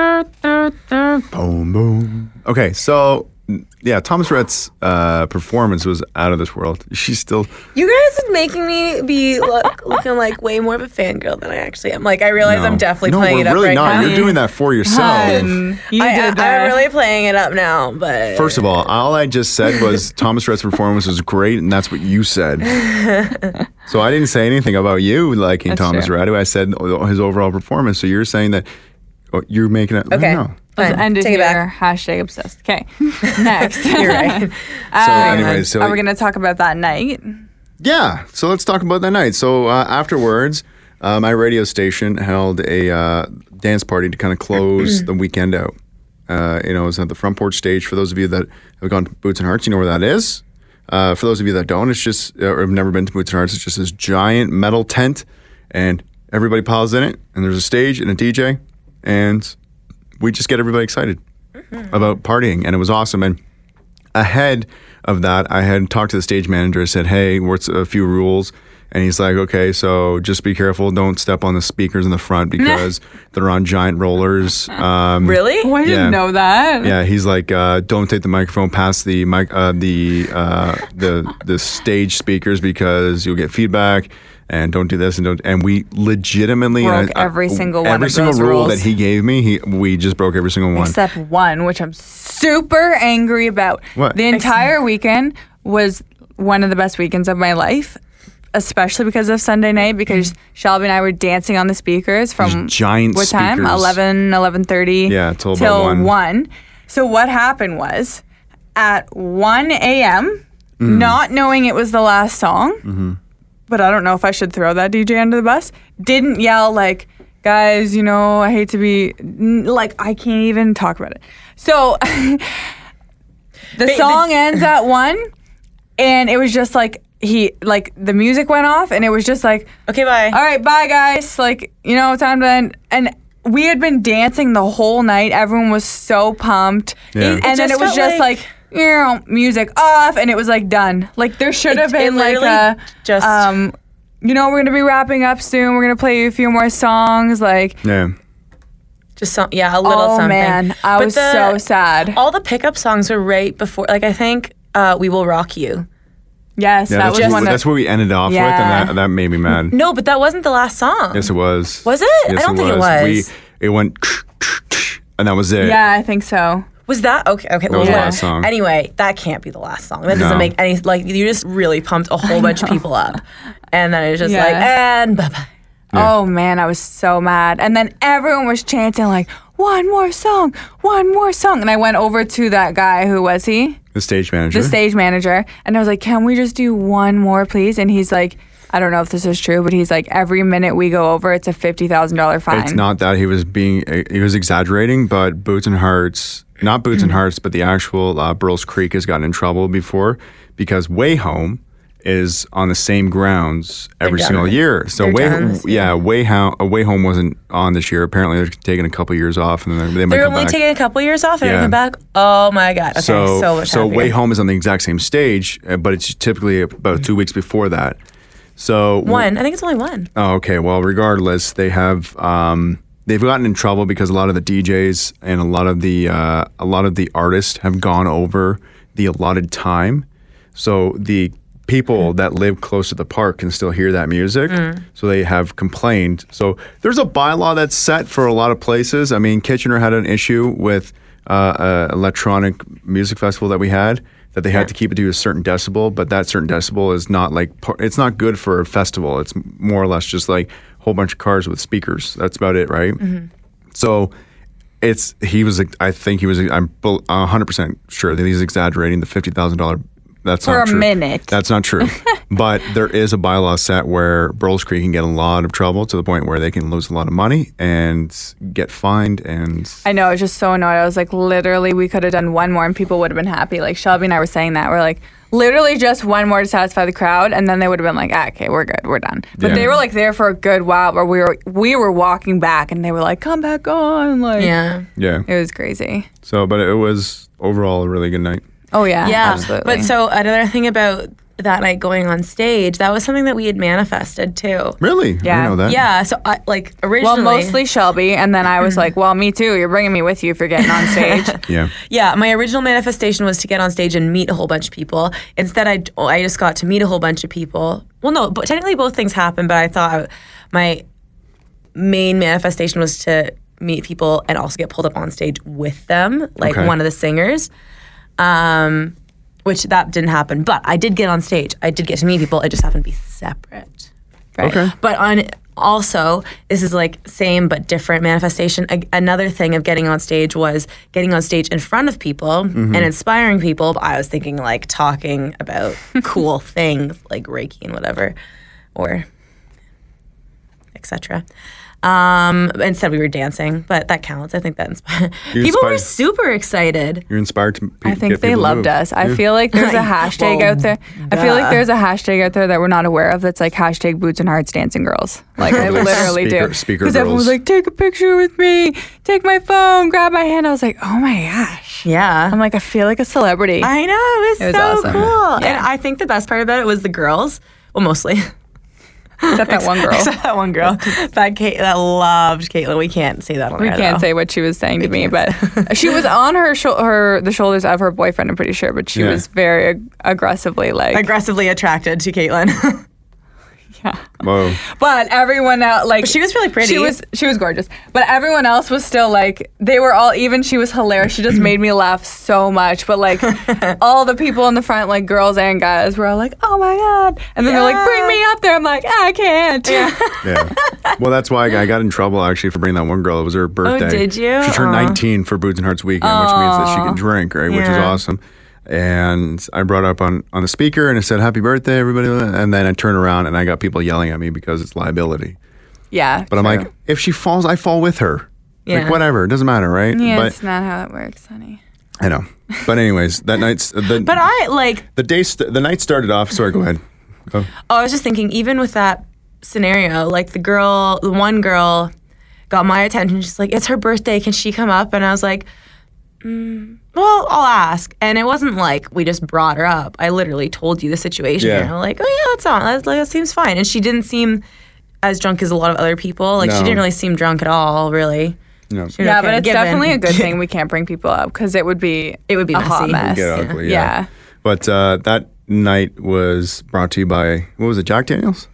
Speaker 2: Oh.
Speaker 1: Boom, boom. Okay, so yeah, Thomas Rhett's uh, performance was out of this world. She's still.
Speaker 3: You guys are making me be look, looking like way more of a fangirl than I actually am. Like I realize
Speaker 1: no.
Speaker 3: I'm definitely
Speaker 1: no, um, we're
Speaker 3: playing it up
Speaker 1: really
Speaker 3: right
Speaker 1: not.
Speaker 3: now.
Speaker 1: You're doing that for yourself.
Speaker 2: Hun, you
Speaker 3: I,
Speaker 2: did that.
Speaker 3: am really playing it up now, but
Speaker 1: First of all, all I just said was Thomas Rhett's performance was great, and that's what you said. so I didn't say anything about you liking
Speaker 2: That's
Speaker 1: Thomas
Speaker 2: true.
Speaker 1: Rhett. I said his overall performance. So you're saying that oh, you're making it.
Speaker 3: Okay.
Speaker 1: No.
Speaker 2: Let's
Speaker 3: Fine.
Speaker 2: end it
Speaker 3: Take it
Speaker 2: here.
Speaker 3: back.
Speaker 2: Hashtag obsessed. Okay. Next.
Speaker 3: You're right.
Speaker 1: So,
Speaker 2: Um,
Speaker 1: anyway, so
Speaker 2: are we going to talk about that night?
Speaker 1: Yeah, so let's talk about that night. So uh, afterwards, uh, my radio station held a uh, dance party to kind of close the weekend out. Uh, you know, it was at the front porch stage. For those of you that have gone to Boots and Hearts, you know where that is. Uh, for those of you that don't, it's just uh, or have never been to Boots and Hearts. It's just this giant metal tent, and everybody piles in it, and there's a stage and a DJ, and we just get everybody excited
Speaker 2: Mm-hmm.
Speaker 1: about partying, and it was awesome. And ahead of that, I had talked to the stage manager. I said, "Hey, what's a few rules?" And he's like, "Okay, so just be careful. Don't step on the speakers in the front because they're on giant rollers." Um,
Speaker 3: Really?
Speaker 2: Oh, I didn't
Speaker 1: Yeah.
Speaker 2: know that.
Speaker 1: Yeah, he's like, uh, "Don't take the microphone past the mic, uh, the uh, the the stage speakers because you'll get feedback." And don't do this, and don't. And we legitimately and
Speaker 2: Broke every single one
Speaker 1: every
Speaker 2: of
Speaker 1: single
Speaker 2: those
Speaker 1: rule
Speaker 2: rules.
Speaker 1: that he gave me. He we just broke every single one.
Speaker 2: Except one, which I'm super angry about.
Speaker 1: What?
Speaker 2: The entire weekend was one of the best weekends of my life, especially because of Sunday night, because Shelby and I were dancing on the speakers from
Speaker 1: These giant
Speaker 2: what time?
Speaker 1: speakers.
Speaker 2: 11, 11.30.
Speaker 1: Yeah, till about 1.
Speaker 2: 1. So what happened was at 1 a.m.,
Speaker 1: Mm.
Speaker 2: not knowing it was the last song, but I don't know if I should throw that DJ under the bus. Didn't yell like, guys, you know, I hate to be n- like I can't even talk about it. So the song ends at one, and it was just like he like the music went off, and it was just like,
Speaker 3: Okay, bye.
Speaker 2: all right, bye guys, like you know, time to end. And we had been dancing the whole night. Everyone was so pumped,
Speaker 1: Yeah. It- it
Speaker 2: and then it
Speaker 3: just
Speaker 2: was
Speaker 3: felt
Speaker 2: just
Speaker 3: like-
Speaker 2: like. "Meow," Music off, and it was like done. Like there should
Speaker 3: It-
Speaker 2: have been
Speaker 3: it
Speaker 2: like
Speaker 3: literally
Speaker 2: a
Speaker 3: just-
Speaker 2: um, you know, we're gonna be wrapping up soon. We're gonna play you a few more songs. Like,
Speaker 1: yeah.
Speaker 3: Just some, yeah, a little
Speaker 2: oh
Speaker 3: something.
Speaker 2: man, I
Speaker 3: But
Speaker 2: was
Speaker 3: the- Oh.
Speaker 2: so sad.
Speaker 3: All the pickup songs were right before. Like I think uh, "We Will Rock You."
Speaker 2: yes,
Speaker 1: Yeah,
Speaker 2: that
Speaker 1: that's,
Speaker 2: was
Speaker 1: what-
Speaker 2: one.
Speaker 1: that's
Speaker 2: of,
Speaker 1: what we ended off with,
Speaker 2: Yeah.
Speaker 1: and that, that made me mad.
Speaker 3: No, but that wasn't the last song.
Speaker 1: Yes, it was.
Speaker 3: Mm. Was it? I
Speaker 1: Yes,
Speaker 3: don't think it was.
Speaker 1: We, it went, and that was it.
Speaker 2: yeah, I think so.
Speaker 3: Was that okay? Okay,
Speaker 1: was
Speaker 2: the
Speaker 3: whatever.
Speaker 1: last song.
Speaker 3: Anyway, that can't be the last song. That
Speaker 1: No.
Speaker 3: doesn't make any like you just really pumped a whole bunch of people up, and then it's just
Speaker 2: Yeah.
Speaker 3: like and bye bye.
Speaker 2: Oh man, I was so mad. And then everyone was chanting like, "One more song, one more song." And I went over to that guy. Who was he?
Speaker 1: The stage manager.
Speaker 2: The stage manager. And I was like, "Can we just do one more, please?" And he's like, "I don't know if this is true, but he's like, every minute we go over, it's a fifty thousand dollar fine."
Speaker 1: It's not that he was being uh, he was exaggerating, but Boots and Hearts, not Boots
Speaker 3: Mm.
Speaker 1: and Hearts, but the actual uh, Burles Creek has gotten in trouble before because Way Home is on the same grounds every
Speaker 3: down
Speaker 1: single
Speaker 3: on it.
Speaker 1: year. So
Speaker 3: They're
Speaker 1: Way,
Speaker 3: down this
Speaker 1: yeah, Way Home, Way Home wasn't on this year. Apparently, they're taking a couple years off, and then they might
Speaker 3: They're
Speaker 1: come
Speaker 3: only
Speaker 1: back.
Speaker 3: taking a couple years off. They're
Speaker 1: Yeah.
Speaker 3: coming back. Oh my god. Okay, so
Speaker 1: so so,
Speaker 3: much happier.
Speaker 1: Way Home is on the exact same stage, uh, but it's typically about two weeks before that. So
Speaker 3: One. I think it's only one.
Speaker 1: Oh, okay. Well, regardless, they have um, they've gotten in trouble because a lot of the DJs and a lot of the uh, a lot of the artists have gone over the allotted time, so the people that live close to the park can still hear that music. So they have complained. So there's a bylaw that's set for a lot of places. I mean, Kitchener had an issue with uh, a electronic music festival that we had that they had to keep it to a certain decibel, but that certain decibel is not like par- it's not good for a festival. It's m- more or less just like a whole bunch of cars with speakers. That's about it, right?
Speaker 2: Mm-hmm.
Speaker 1: So it's he was like, I think he was I'm 100 percent sure that he's exaggerating the fifty thousand dollar. That's
Speaker 2: For
Speaker 1: not
Speaker 2: a
Speaker 1: true.
Speaker 2: minute.
Speaker 1: That's not true. but there is a bylaw set where Burles Creek can get a lot of trouble to the point where they can lose a lot of money and get fined and
Speaker 2: I know. I was just so annoyed. I was like, literally, we could have done one more and people would have been happy. Like Shelby and I were saying that. We're like, literally just one more to satisfy the crowd, and then they would have been like, ah, okay, we're good, we're done. But
Speaker 1: Yeah.
Speaker 2: they were like there for a good while, where we were we were walking back, and they were like, come back on, like
Speaker 3: Yeah.
Speaker 1: yeah.
Speaker 2: it was crazy.
Speaker 1: So, but it was overall a really good night.
Speaker 2: Oh yeah,
Speaker 3: Yeah.
Speaker 2: absolutely.
Speaker 3: But so another thing about that night going on stage, that was something that we had manifested too.
Speaker 1: Really? I
Speaker 2: Yeah.
Speaker 1: didn't know that.
Speaker 3: Yeah. So I, like
Speaker 2: well,
Speaker 3: originally.
Speaker 2: mostly Shelby, and then I was like, well, me too. You're bringing me with you if you're getting on stage.
Speaker 1: Yeah.
Speaker 3: Yeah, my original manifestation was to get on stage and meet a whole bunch of people. Instead, I, I just got to meet a whole bunch of people. Well, no, but technically both things happened, but I thought I, my main manifestation was to meet people and also get pulled up on stage with them, like
Speaker 1: Okay.
Speaker 3: one of the singers. Um, which that didn't happen, but I did get on stage. I did get to meet people. It just happened to be separate.
Speaker 2: Right.
Speaker 1: Okay.
Speaker 3: But on also, this is like same but different manifestation. A- another thing of getting on stage was getting on stage in front of people and inspiring people. But I was thinking like talking about cool things like Reiki and whatever, or etc. Um, instead, we were dancing, but that counts. I think that inspired.
Speaker 1: You
Speaker 3: people were
Speaker 1: inspired-
Speaker 3: super excited.
Speaker 1: You're inspired to. Pe-
Speaker 2: I think
Speaker 1: get
Speaker 2: they
Speaker 1: people to
Speaker 2: loved
Speaker 1: move.
Speaker 2: us. I feel like there's a hashtag out there. I feel like there's a hashtag out there that we're not aware of that's like hashtag boots and hearts dancing girls. Like I literally
Speaker 1: Speaker-
Speaker 2: do.
Speaker 1: speaker
Speaker 2: everyone was
Speaker 1: girls.
Speaker 2: like, take a picture with me, take my phone, grab my hand. I was like, oh my gosh.
Speaker 3: Yeah,
Speaker 2: I'm like, I feel like a celebrity.
Speaker 3: I know. It was,
Speaker 2: It was
Speaker 3: so
Speaker 2: awesome.
Speaker 3: cool.
Speaker 2: Yeah.
Speaker 3: And I think the best part about it was the girls. Well, mostly
Speaker 2: Except that one girl.
Speaker 3: that one girl that Kate that loved Caitlin. We can't say that on
Speaker 2: We
Speaker 3: air,
Speaker 2: can't
Speaker 3: though.
Speaker 2: say what she was saying to me, but she was on her shou- her the shoulders of her boyfriend. I'm pretty sure, but she
Speaker 1: Yeah.
Speaker 2: was very ag- aggressively like,
Speaker 3: aggressively attracted to Caitlin.
Speaker 2: yeah.
Speaker 1: Whoa.
Speaker 2: But everyone else, like
Speaker 3: she was really pretty.
Speaker 2: She was she was gorgeous. But everyone else was still like they were all even she was hilarious. She just made me laugh so much. But like all the people in the front, like girls and guys, were all like, Oh my god. And then they're like, Bring me up there. I'm like, I can't.
Speaker 1: Yeah. well, that's why I got in trouble actually for bringing that one girl. It was
Speaker 2: Oh,
Speaker 1: her birthday.
Speaker 3: did you?
Speaker 1: She turned 19 for Boots and Hearts weekend, which means that she can drink, right? Which is
Speaker 3: Yeah.
Speaker 1: awesome. And I brought up on, on the speaker and I said, Happy birthday, everybody. And then I turned around and I got people yelling at me because it's liability.
Speaker 2: Yeah.
Speaker 1: But I'm like, if she falls, I fall with her.
Speaker 3: Yeah.
Speaker 1: Like, whatever. It doesn't matter, right?
Speaker 2: Yeah,
Speaker 1: but
Speaker 2: it's not how it works, honey.
Speaker 1: I know. But, anyways, that night's the,
Speaker 3: but I like.
Speaker 1: the day, st- the night started off. Sorry, go ahead. Go.
Speaker 3: Oh, I was just thinking, even with that scenario, like the girl, the one girl, got my attention. She's like, "It's her birthday. Can she come up?" And I was like. "Mm, Well, I'll ask. And it wasn't like we just brought her up. I literally told you the situation.
Speaker 1: Yeah.
Speaker 3: And I'm like, oh, yeah, that's on. That's, like, that seems fine. And she didn't seem as drunk as a lot of other people. Like, she
Speaker 1: No.
Speaker 3: didn't really seem drunk at all, really.
Speaker 1: No.
Speaker 3: She was
Speaker 2: Yeah,
Speaker 3: okay,
Speaker 2: but it's
Speaker 3: given.
Speaker 2: definitely a good thing we can't bring people up because it would be
Speaker 3: It would be
Speaker 2: a hot
Speaker 3: messy.
Speaker 2: mess.
Speaker 1: Get
Speaker 2: Yeah.
Speaker 1: ugly. yeah. But uh, that night was brought to you by what was it, Jack Daniels?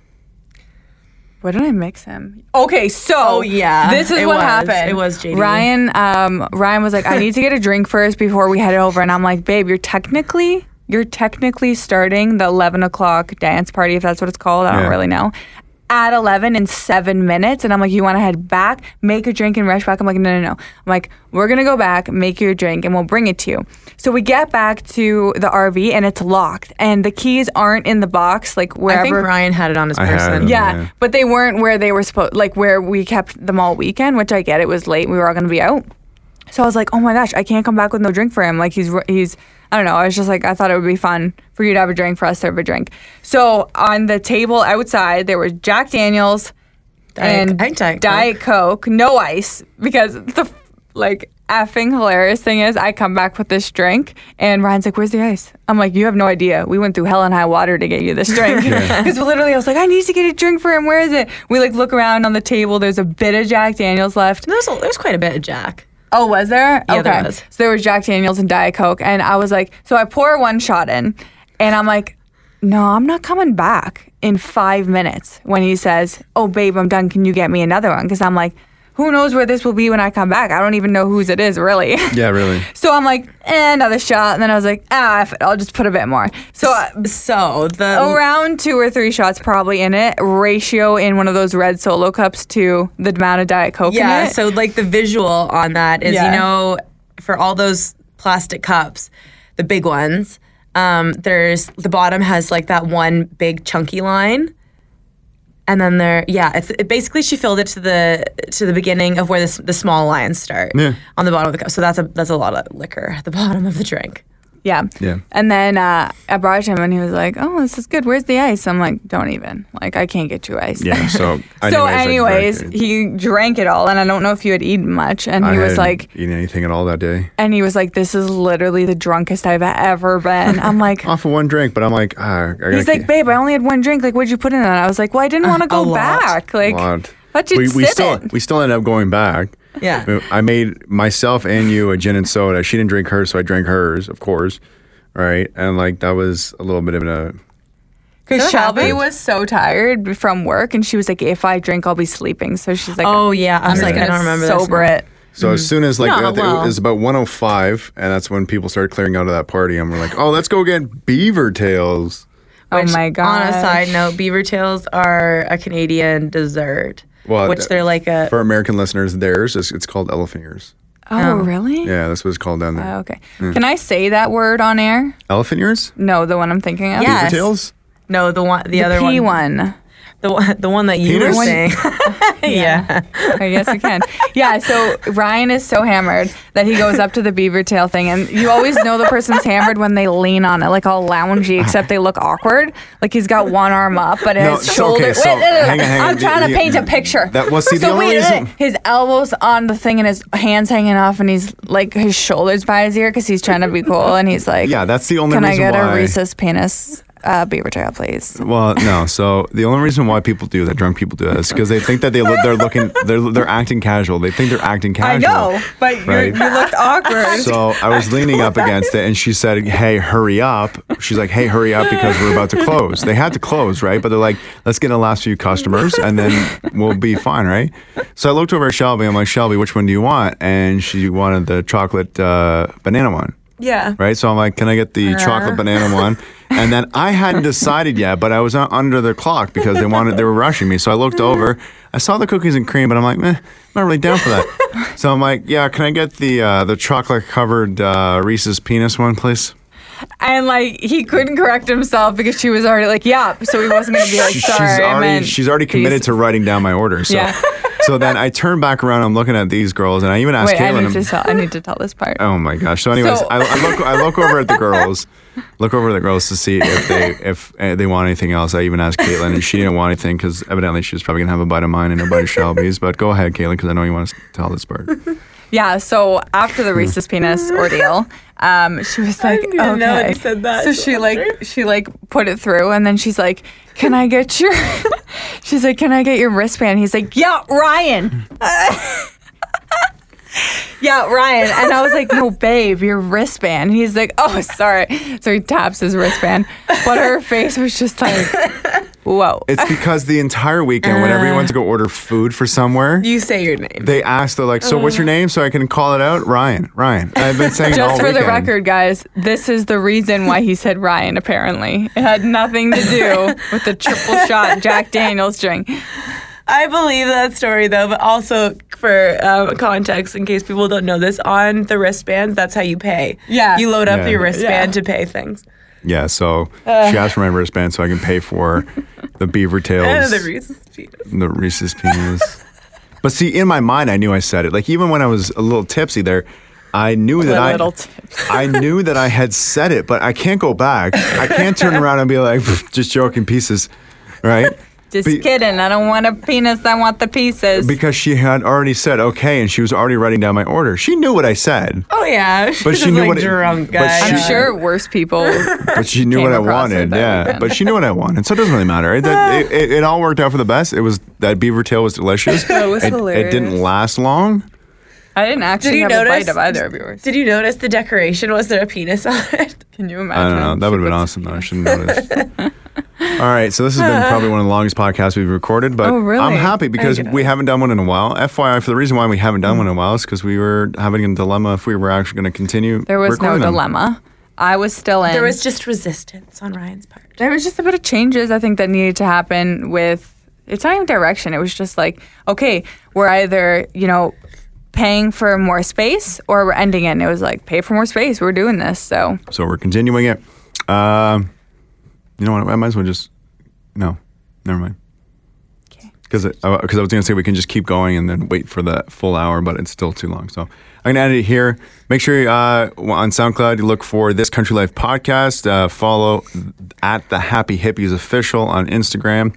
Speaker 2: Why did I mix him? Okay, so
Speaker 3: Oh, yeah.
Speaker 2: this is
Speaker 3: It
Speaker 2: what
Speaker 3: was.
Speaker 2: happened.
Speaker 3: It was JD.
Speaker 2: Ryan. Um, Ryan was like, I need to get a drink first before we head over, and I'm like, babe, you're technically you're technically starting the 11 o'clock dance party if that's what it's called. I don't
Speaker 1: Yeah.
Speaker 2: really know. At 11 in seven minutes, and I'm like, you want to head back, make a drink, and rush back. I'm like, no, no, no. I'm like, we're gonna go back, make your drink, and we'll bring it to you. So we get back to the RV, and it's locked, and the keys aren't in the box, like wherever.
Speaker 3: I think Ryan had it on his
Speaker 1: I had
Speaker 3: person.
Speaker 1: it.
Speaker 2: Yeah,
Speaker 1: Yeah.
Speaker 2: but they weren't where they were supposed, like where we kept them all weekend, which I get. It was late. We were all going to be out. So I was like, oh my gosh, I can't come back with no drink for him. Like he's he's I don't know. I was just like, I thought it would be fun for you to have a drink for us to have a drink. So on the table outside, there was Jack Daniels
Speaker 3: Diet-
Speaker 2: and
Speaker 3: I think Diet Coke.
Speaker 2: Coke, no ice, because the like effing hilarious thing is, I come back with this drink, and Ryan's like, "Where's the ice?" I'm like, "You have no idea. We went through hell and high water to get you this drink." Because literally, I was like, "I need to get a drink for him. Where is it?" We like look around on the table. There's a bit of Jack Daniels left.
Speaker 3: There's, a, there's quite a bit of Jack.
Speaker 2: Oh, was there?
Speaker 3: Yeah, there was.
Speaker 2: So there was Jack Daniels and Diet Coke, and I was like, so I pour one shot in, and I'm like, no, I'm not coming back in five minutes. When he says, "Oh, babe, I'm done. Can you get me another one?" Because I'm like, who knows where this will be when I come back? I don't even know whose it is, really.
Speaker 1: Yeah, really.
Speaker 2: so I'm like, eh, another shot, and then I was like, ah, F it, I'll just put a bit more. So. Uh,
Speaker 3: So the
Speaker 2: Around two or three shots probably in it, ratio in one of those red solo cups to the amount of Diet Coke in it.
Speaker 3: yeah, so like the visual on that is
Speaker 2: Yeah.
Speaker 3: you know for all those plastic cups, the big ones. Um, there's the bottom has like that one big chunky line, and then there yeah it's it, basically she filled it to the to the beginning of where the s- the small lines start
Speaker 1: Yeah.
Speaker 3: on the bottom of the cup. So that's a that's a lot of liquor at the bottom of the drink.
Speaker 2: Yeah.
Speaker 1: Yeah.
Speaker 2: And then uh, I brought it to him, and he was like, "Oh, this is good. Where's the ice?" I'm like, "Don't even. Like, I can't get you ice."
Speaker 1: Yeah. So.
Speaker 2: so,
Speaker 1: I
Speaker 2: anyways,
Speaker 1: drank it.
Speaker 2: he drank it all, and I don't know if you had eaten much. And he
Speaker 1: I hadn't
Speaker 2: was like,
Speaker 1: eaten anything at all that day.
Speaker 2: "And he was like, this is literally the drunkest I've ever been." I'm like.
Speaker 1: Off of one drink, but I'm like, ah, I gotta
Speaker 2: He's like,
Speaker 1: get
Speaker 2: babe, I only had one drink. Like, what'd you put in it? And I was like, well, I didn't want to go
Speaker 3: lot.
Speaker 2: back. Like,
Speaker 1: lot.
Speaker 2: but you
Speaker 1: we, we
Speaker 2: sip
Speaker 1: still
Speaker 2: it.
Speaker 1: we still ended up going back.
Speaker 3: Yeah.
Speaker 1: We- I made myself and you a gin and soda. She didn't drink hers, so I drank hers, of course. Right, and like that was a little bit of a
Speaker 2: Because
Speaker 3: That
Speaker 2: Shelby
Speaker 3: happened.
Speaker 2: was so tired from work, and she was like, if I drink, I'll be sleeping. So she's like,
Speaker 3: Oh yeah, I was like
Speaker 2: gonna
Speaker 3: I don't remember this
Speaker 2: sober
Speaker 3: now.
Speaker 2: it.
Speaker 1: So
Speaker 2: Mm.
Speaker 1: as soon as like
Speaker 3: No,
Speaker 1: I think
Speaker 3: well.
Speaker 1: it was about "Oh, 105, and that's when people started clearing out of that party, and we're like, oh, let's go get beaver tails.
Speaker 2: Oh
Speaker 3: Which,
Speaker 2: my
Speaker 3: On a side
Speaker 2: gosh.
Speaker 3: note, beaver tails are a Canadian dessert,
Speaker 1: Well,
Speaker 3: which they're like a
Speaker 1: for American listeners, theirs is it's called elephant ears.
Speaker 2: Oh, really?
Speaker 1: Yeah, that's what it's called down there.
Speaker 2: Oh, okay.
Speaker 1: Mm.
Speaker 2: Can I say that word on air?
Speaker 1: elephant ears?
Speaker 2: No, the one I'm thinking of.
Speaker 3: Yeah. Yes.
Speaker 1: Beaver tails?
Speaker 3: no the one the, other
Speaker 2: P
Speaker 3: one
Speaker 2: one.
Speaker 3: the one the one that you
Speaker 1: Penis?
Speaker 3: were saying yeah
Speaker 2: I guess you can. Yeah, so Ryan is so hammered that he goes up to the beaver tail thing, and you always know the person's hammered when they lean on it, like all loungy, except they look awkward. Like he's got one arm up, but
Speaker 1: No,
Speaker 2: his
Speaker 1: so-
Speaker 2: shoulder.
Speaker 1: okay, so
Speaker 2: wait, no, no, no.
Speaker 1: hang on, hang on.
Speaker 2: I'm
Speaker 1: The-
Speaker 2: trying
Speaker 1: the-
Speaker 2: to paint a picture.
Speaker 1: that- well, see, the
Speaker 2: so
Speaker 1: only
Speaker 2: wait,
Speaker 1: reason-
Speaker 2: his elbows on the thing, and his hands hanging off, and he's like his shoulders by his ear because he's trying to be cool, and he's like,
Speaker 1: Yeah, that's the only
Speaker 2: Can I
Speaker 1: reason
Speaker 2: get
Speaker 1: why-
Speaker 2: a rhesus penis uh, beaver tail, please?
Speaker 1: Well, no. So the only reason why people do that, drunk people do that, is because they think that they look, they're looking, they're they're acting casual. They think they're acting
Speaker 5: I
Speaker 1: casual.
Speaker 5: know, but you're,
Speaker 1: Right.
Speaker 5: you looked awkward.
Speaker 1: So I was leaning up against it, and she said, "Hey, hurry up!" She's like, "Hey, hurry up!" Because we're about to close. They had to close, right? But they're like, "Let's get the last few customers, and then we'll be fine, right?" So I looked over at Shelby. I'm like, "Shelby, which one do you want?" And she wanted the chocolate uh, banana one.
Speaker 5: yeah.
Speaker 1: right? So I'm like, can I get the
Speaker 2: Uh-huh.
Speaker 1: chocolate banana one? And then I hadn't decided yet, but I was uh, under the clock because they wanted, they were rushing me. So I looked over, I saw the cookies and cream, but I'm like, meh, not really down for that. So I'm like, yeah, can I get the uh, the chocolate covered uh, Reese's penis one, please?
Speaker 2: And like he couldn't correct himself because she was already like, yeah. So he wasn't gonna be like,
Speaker 1: She-
Speaker 2: sorry.
Speaker 1: she's
Speaker 2: I
Speaker 1: already
Speaker 2: meant
Speaker 1: she's already committed
Speaker 2: these."
Speaker 1: to writing down my order. So,
Speaker 2: Yeah.
Speaker 1: so then I turn back around, I'm looking at these girls, and I even asked
Speaker 2: Wait,
Speaker 1: Caitlin.
Speaker 2: I need
Speaker 1: I'm-
Speaker 2: to tell. I need to tell this part.
Speaker 1: Oh my gosh! So, anyways,
Speaker 2: So-
Speaker 1: I, I look I look over at the girls, look over at the girls to see if they if uh, they want anything else. I even asked Caitlin, and she didn't want anything because evidently she was probably gonna have a bite of mine and a bite of Shelby's. But go ahead, Caitlin, because I know you want to tell this part.
Speaker 2: Yeah. So after the Reese's penis ordeal, um, she was like,
Speaker 3: didn't even know
Speaker 2: okay.
Speaker 3: you said that.
Speaker 2: So
Speaker 3: It's
Speaker 2: she like she like put it through, and then she's like, can I get your? she's like, can I get your wristband? He's like, yeah, Ryan. Yeah, Ryan. And I was like, no, babe, your wristband. He's like, oh, sorry. So he taps his wristband. But her face was just like, whoa.
Speaker 1: It's because the entire weekend, whenever you went to go order food for somewhere,
Speaker 3: you say your name
Speaker 1: they asked, they're like, "So what's your name?" So I can call it out, Ryan. Ryan. I've been saying it all
Speaker 2: Just for the
Speaker 1: weekend.
Speaker 2: record, guys, this is the reason why he said Ryan, apparently. It had nothing to do with the triple shot Jack Daniels drink.
Speaker 3: I believe that story though, but also for um, context, in case people don't know this, on the wristbands, that's how you pay.
Speaker 2: Yeah.
Speaker 3: you load up
Speaker 1: Yeah.
Speaker 3: your wristband to pay things.
Speaker 1: Yeah. So she asked for my wristband so I can pay for the beaver tails.
Speaker 3: And the reasons. Jesus.
Speaker 1: the Reese's penis. but see, in my mind, I knew I said it. Like even when I was a little tipsy there, I knew that I,
Speaker 2: little tipsy.
Speaker 1: I knew that I had said it, but I can't go back. I can't turn around and be like, just joking pieces, right?
Speaker 2: Just
Speaker 1: Be-
Speaker 2: kidding. I don't want a penis. I want the pieces.
Speaker 1: Because she had already said okay, and she was already writing down my order. She knew what I said,
Speaker 3: Oh yeah,
Speaker 1: But she knew
Speaker 3: like
Speaker 1: what it-
Speaker 3: drunk
Speaker 1: but
Speaker 3: guy.
Speaker 2: I'm
Speaker 1: she-
Speaker 2: sure worse people.
Speaker 1: but she knew
Speaker 2: Came
Speaker 1: what I
Speaker 2: across it
Speaker 1: wanted.
Speaker 2: that
Speaker 1: Yeah,
Speaker 2: weekend.
Speaker 1: but she knew what I wanted, so it doesn't really matter. It, that- it, it, it all worked out for the best. It was that beaver tail was delicious.
Speaker 2: That was
Speaker 1: it, it didn't
Speaker 2: hilarious.
Speaker 1: last long.
Speaker 2: I didn't actually
Speaker 3: Did you
Speaker 2: have
Speaker 3: notice-
Speaker 2: a bite of either of yours.
Speaker 3: Did you notice the decoration? Was there a penis on it?
Speaker 2: Can you
Speaker 1: I
Speaker 2: imagine?
Speaker 1: don't know. That would have been awesome, though. I shouldn't have noticed. All right, so this has been probably one of the longest podcasts we've recorded, but
Speaker 2: Oh, really?
Speaker 1: I'm happy because we haven't done one in a while. FYI, for the reason why we haven't
Speaker 2: Mm.
Speaker 1: done one in a while is because we were having a dilemma if we were actually going to continue.
Speaker 2: There was no
Speaker 1: recording them.
Speaker 2: dilemma. I was still in.
Speaker 3: There was just resistance on Ryan's part.
Speaker 2: There was just a bit of changes I think that needed to happen with it's not even direction. It was just like, okay, we're either, you know, paying for more space or we're ending it. And it was like, pay for more space. We're doing this. So
Speaker 1: So we're continuing it. Um, you know what? I might as well just. No, never mind. Because I, I was going to say we can just keep going and then wait for the full hour, but it's still too long. So I'm going to end it here. Make sure you, uh, on SoundCloud you look for this Country Life podcast. Uh, follow at the Happy Hippies official on Instagram,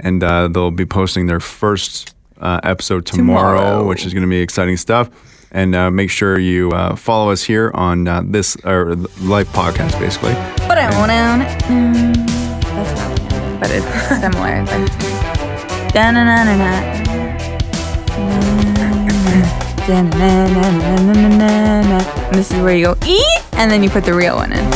Speaker 1: and uh, they'll be posting their first uh, episode tomorrow,
Speaker 2: Tomorrow.
Speaker 1: which is going to be exciting stuff. And uh, make sure you uh, follow us here on uh, this or the Life podcast, basically.
Speaker 2: but I won't own it. Mm, That's not what I meant, but it's similar. It's like da-na-na-na-na. Mm, Da-na-na-na-na-na-na-na. And This is where you go E and then you put the real one in.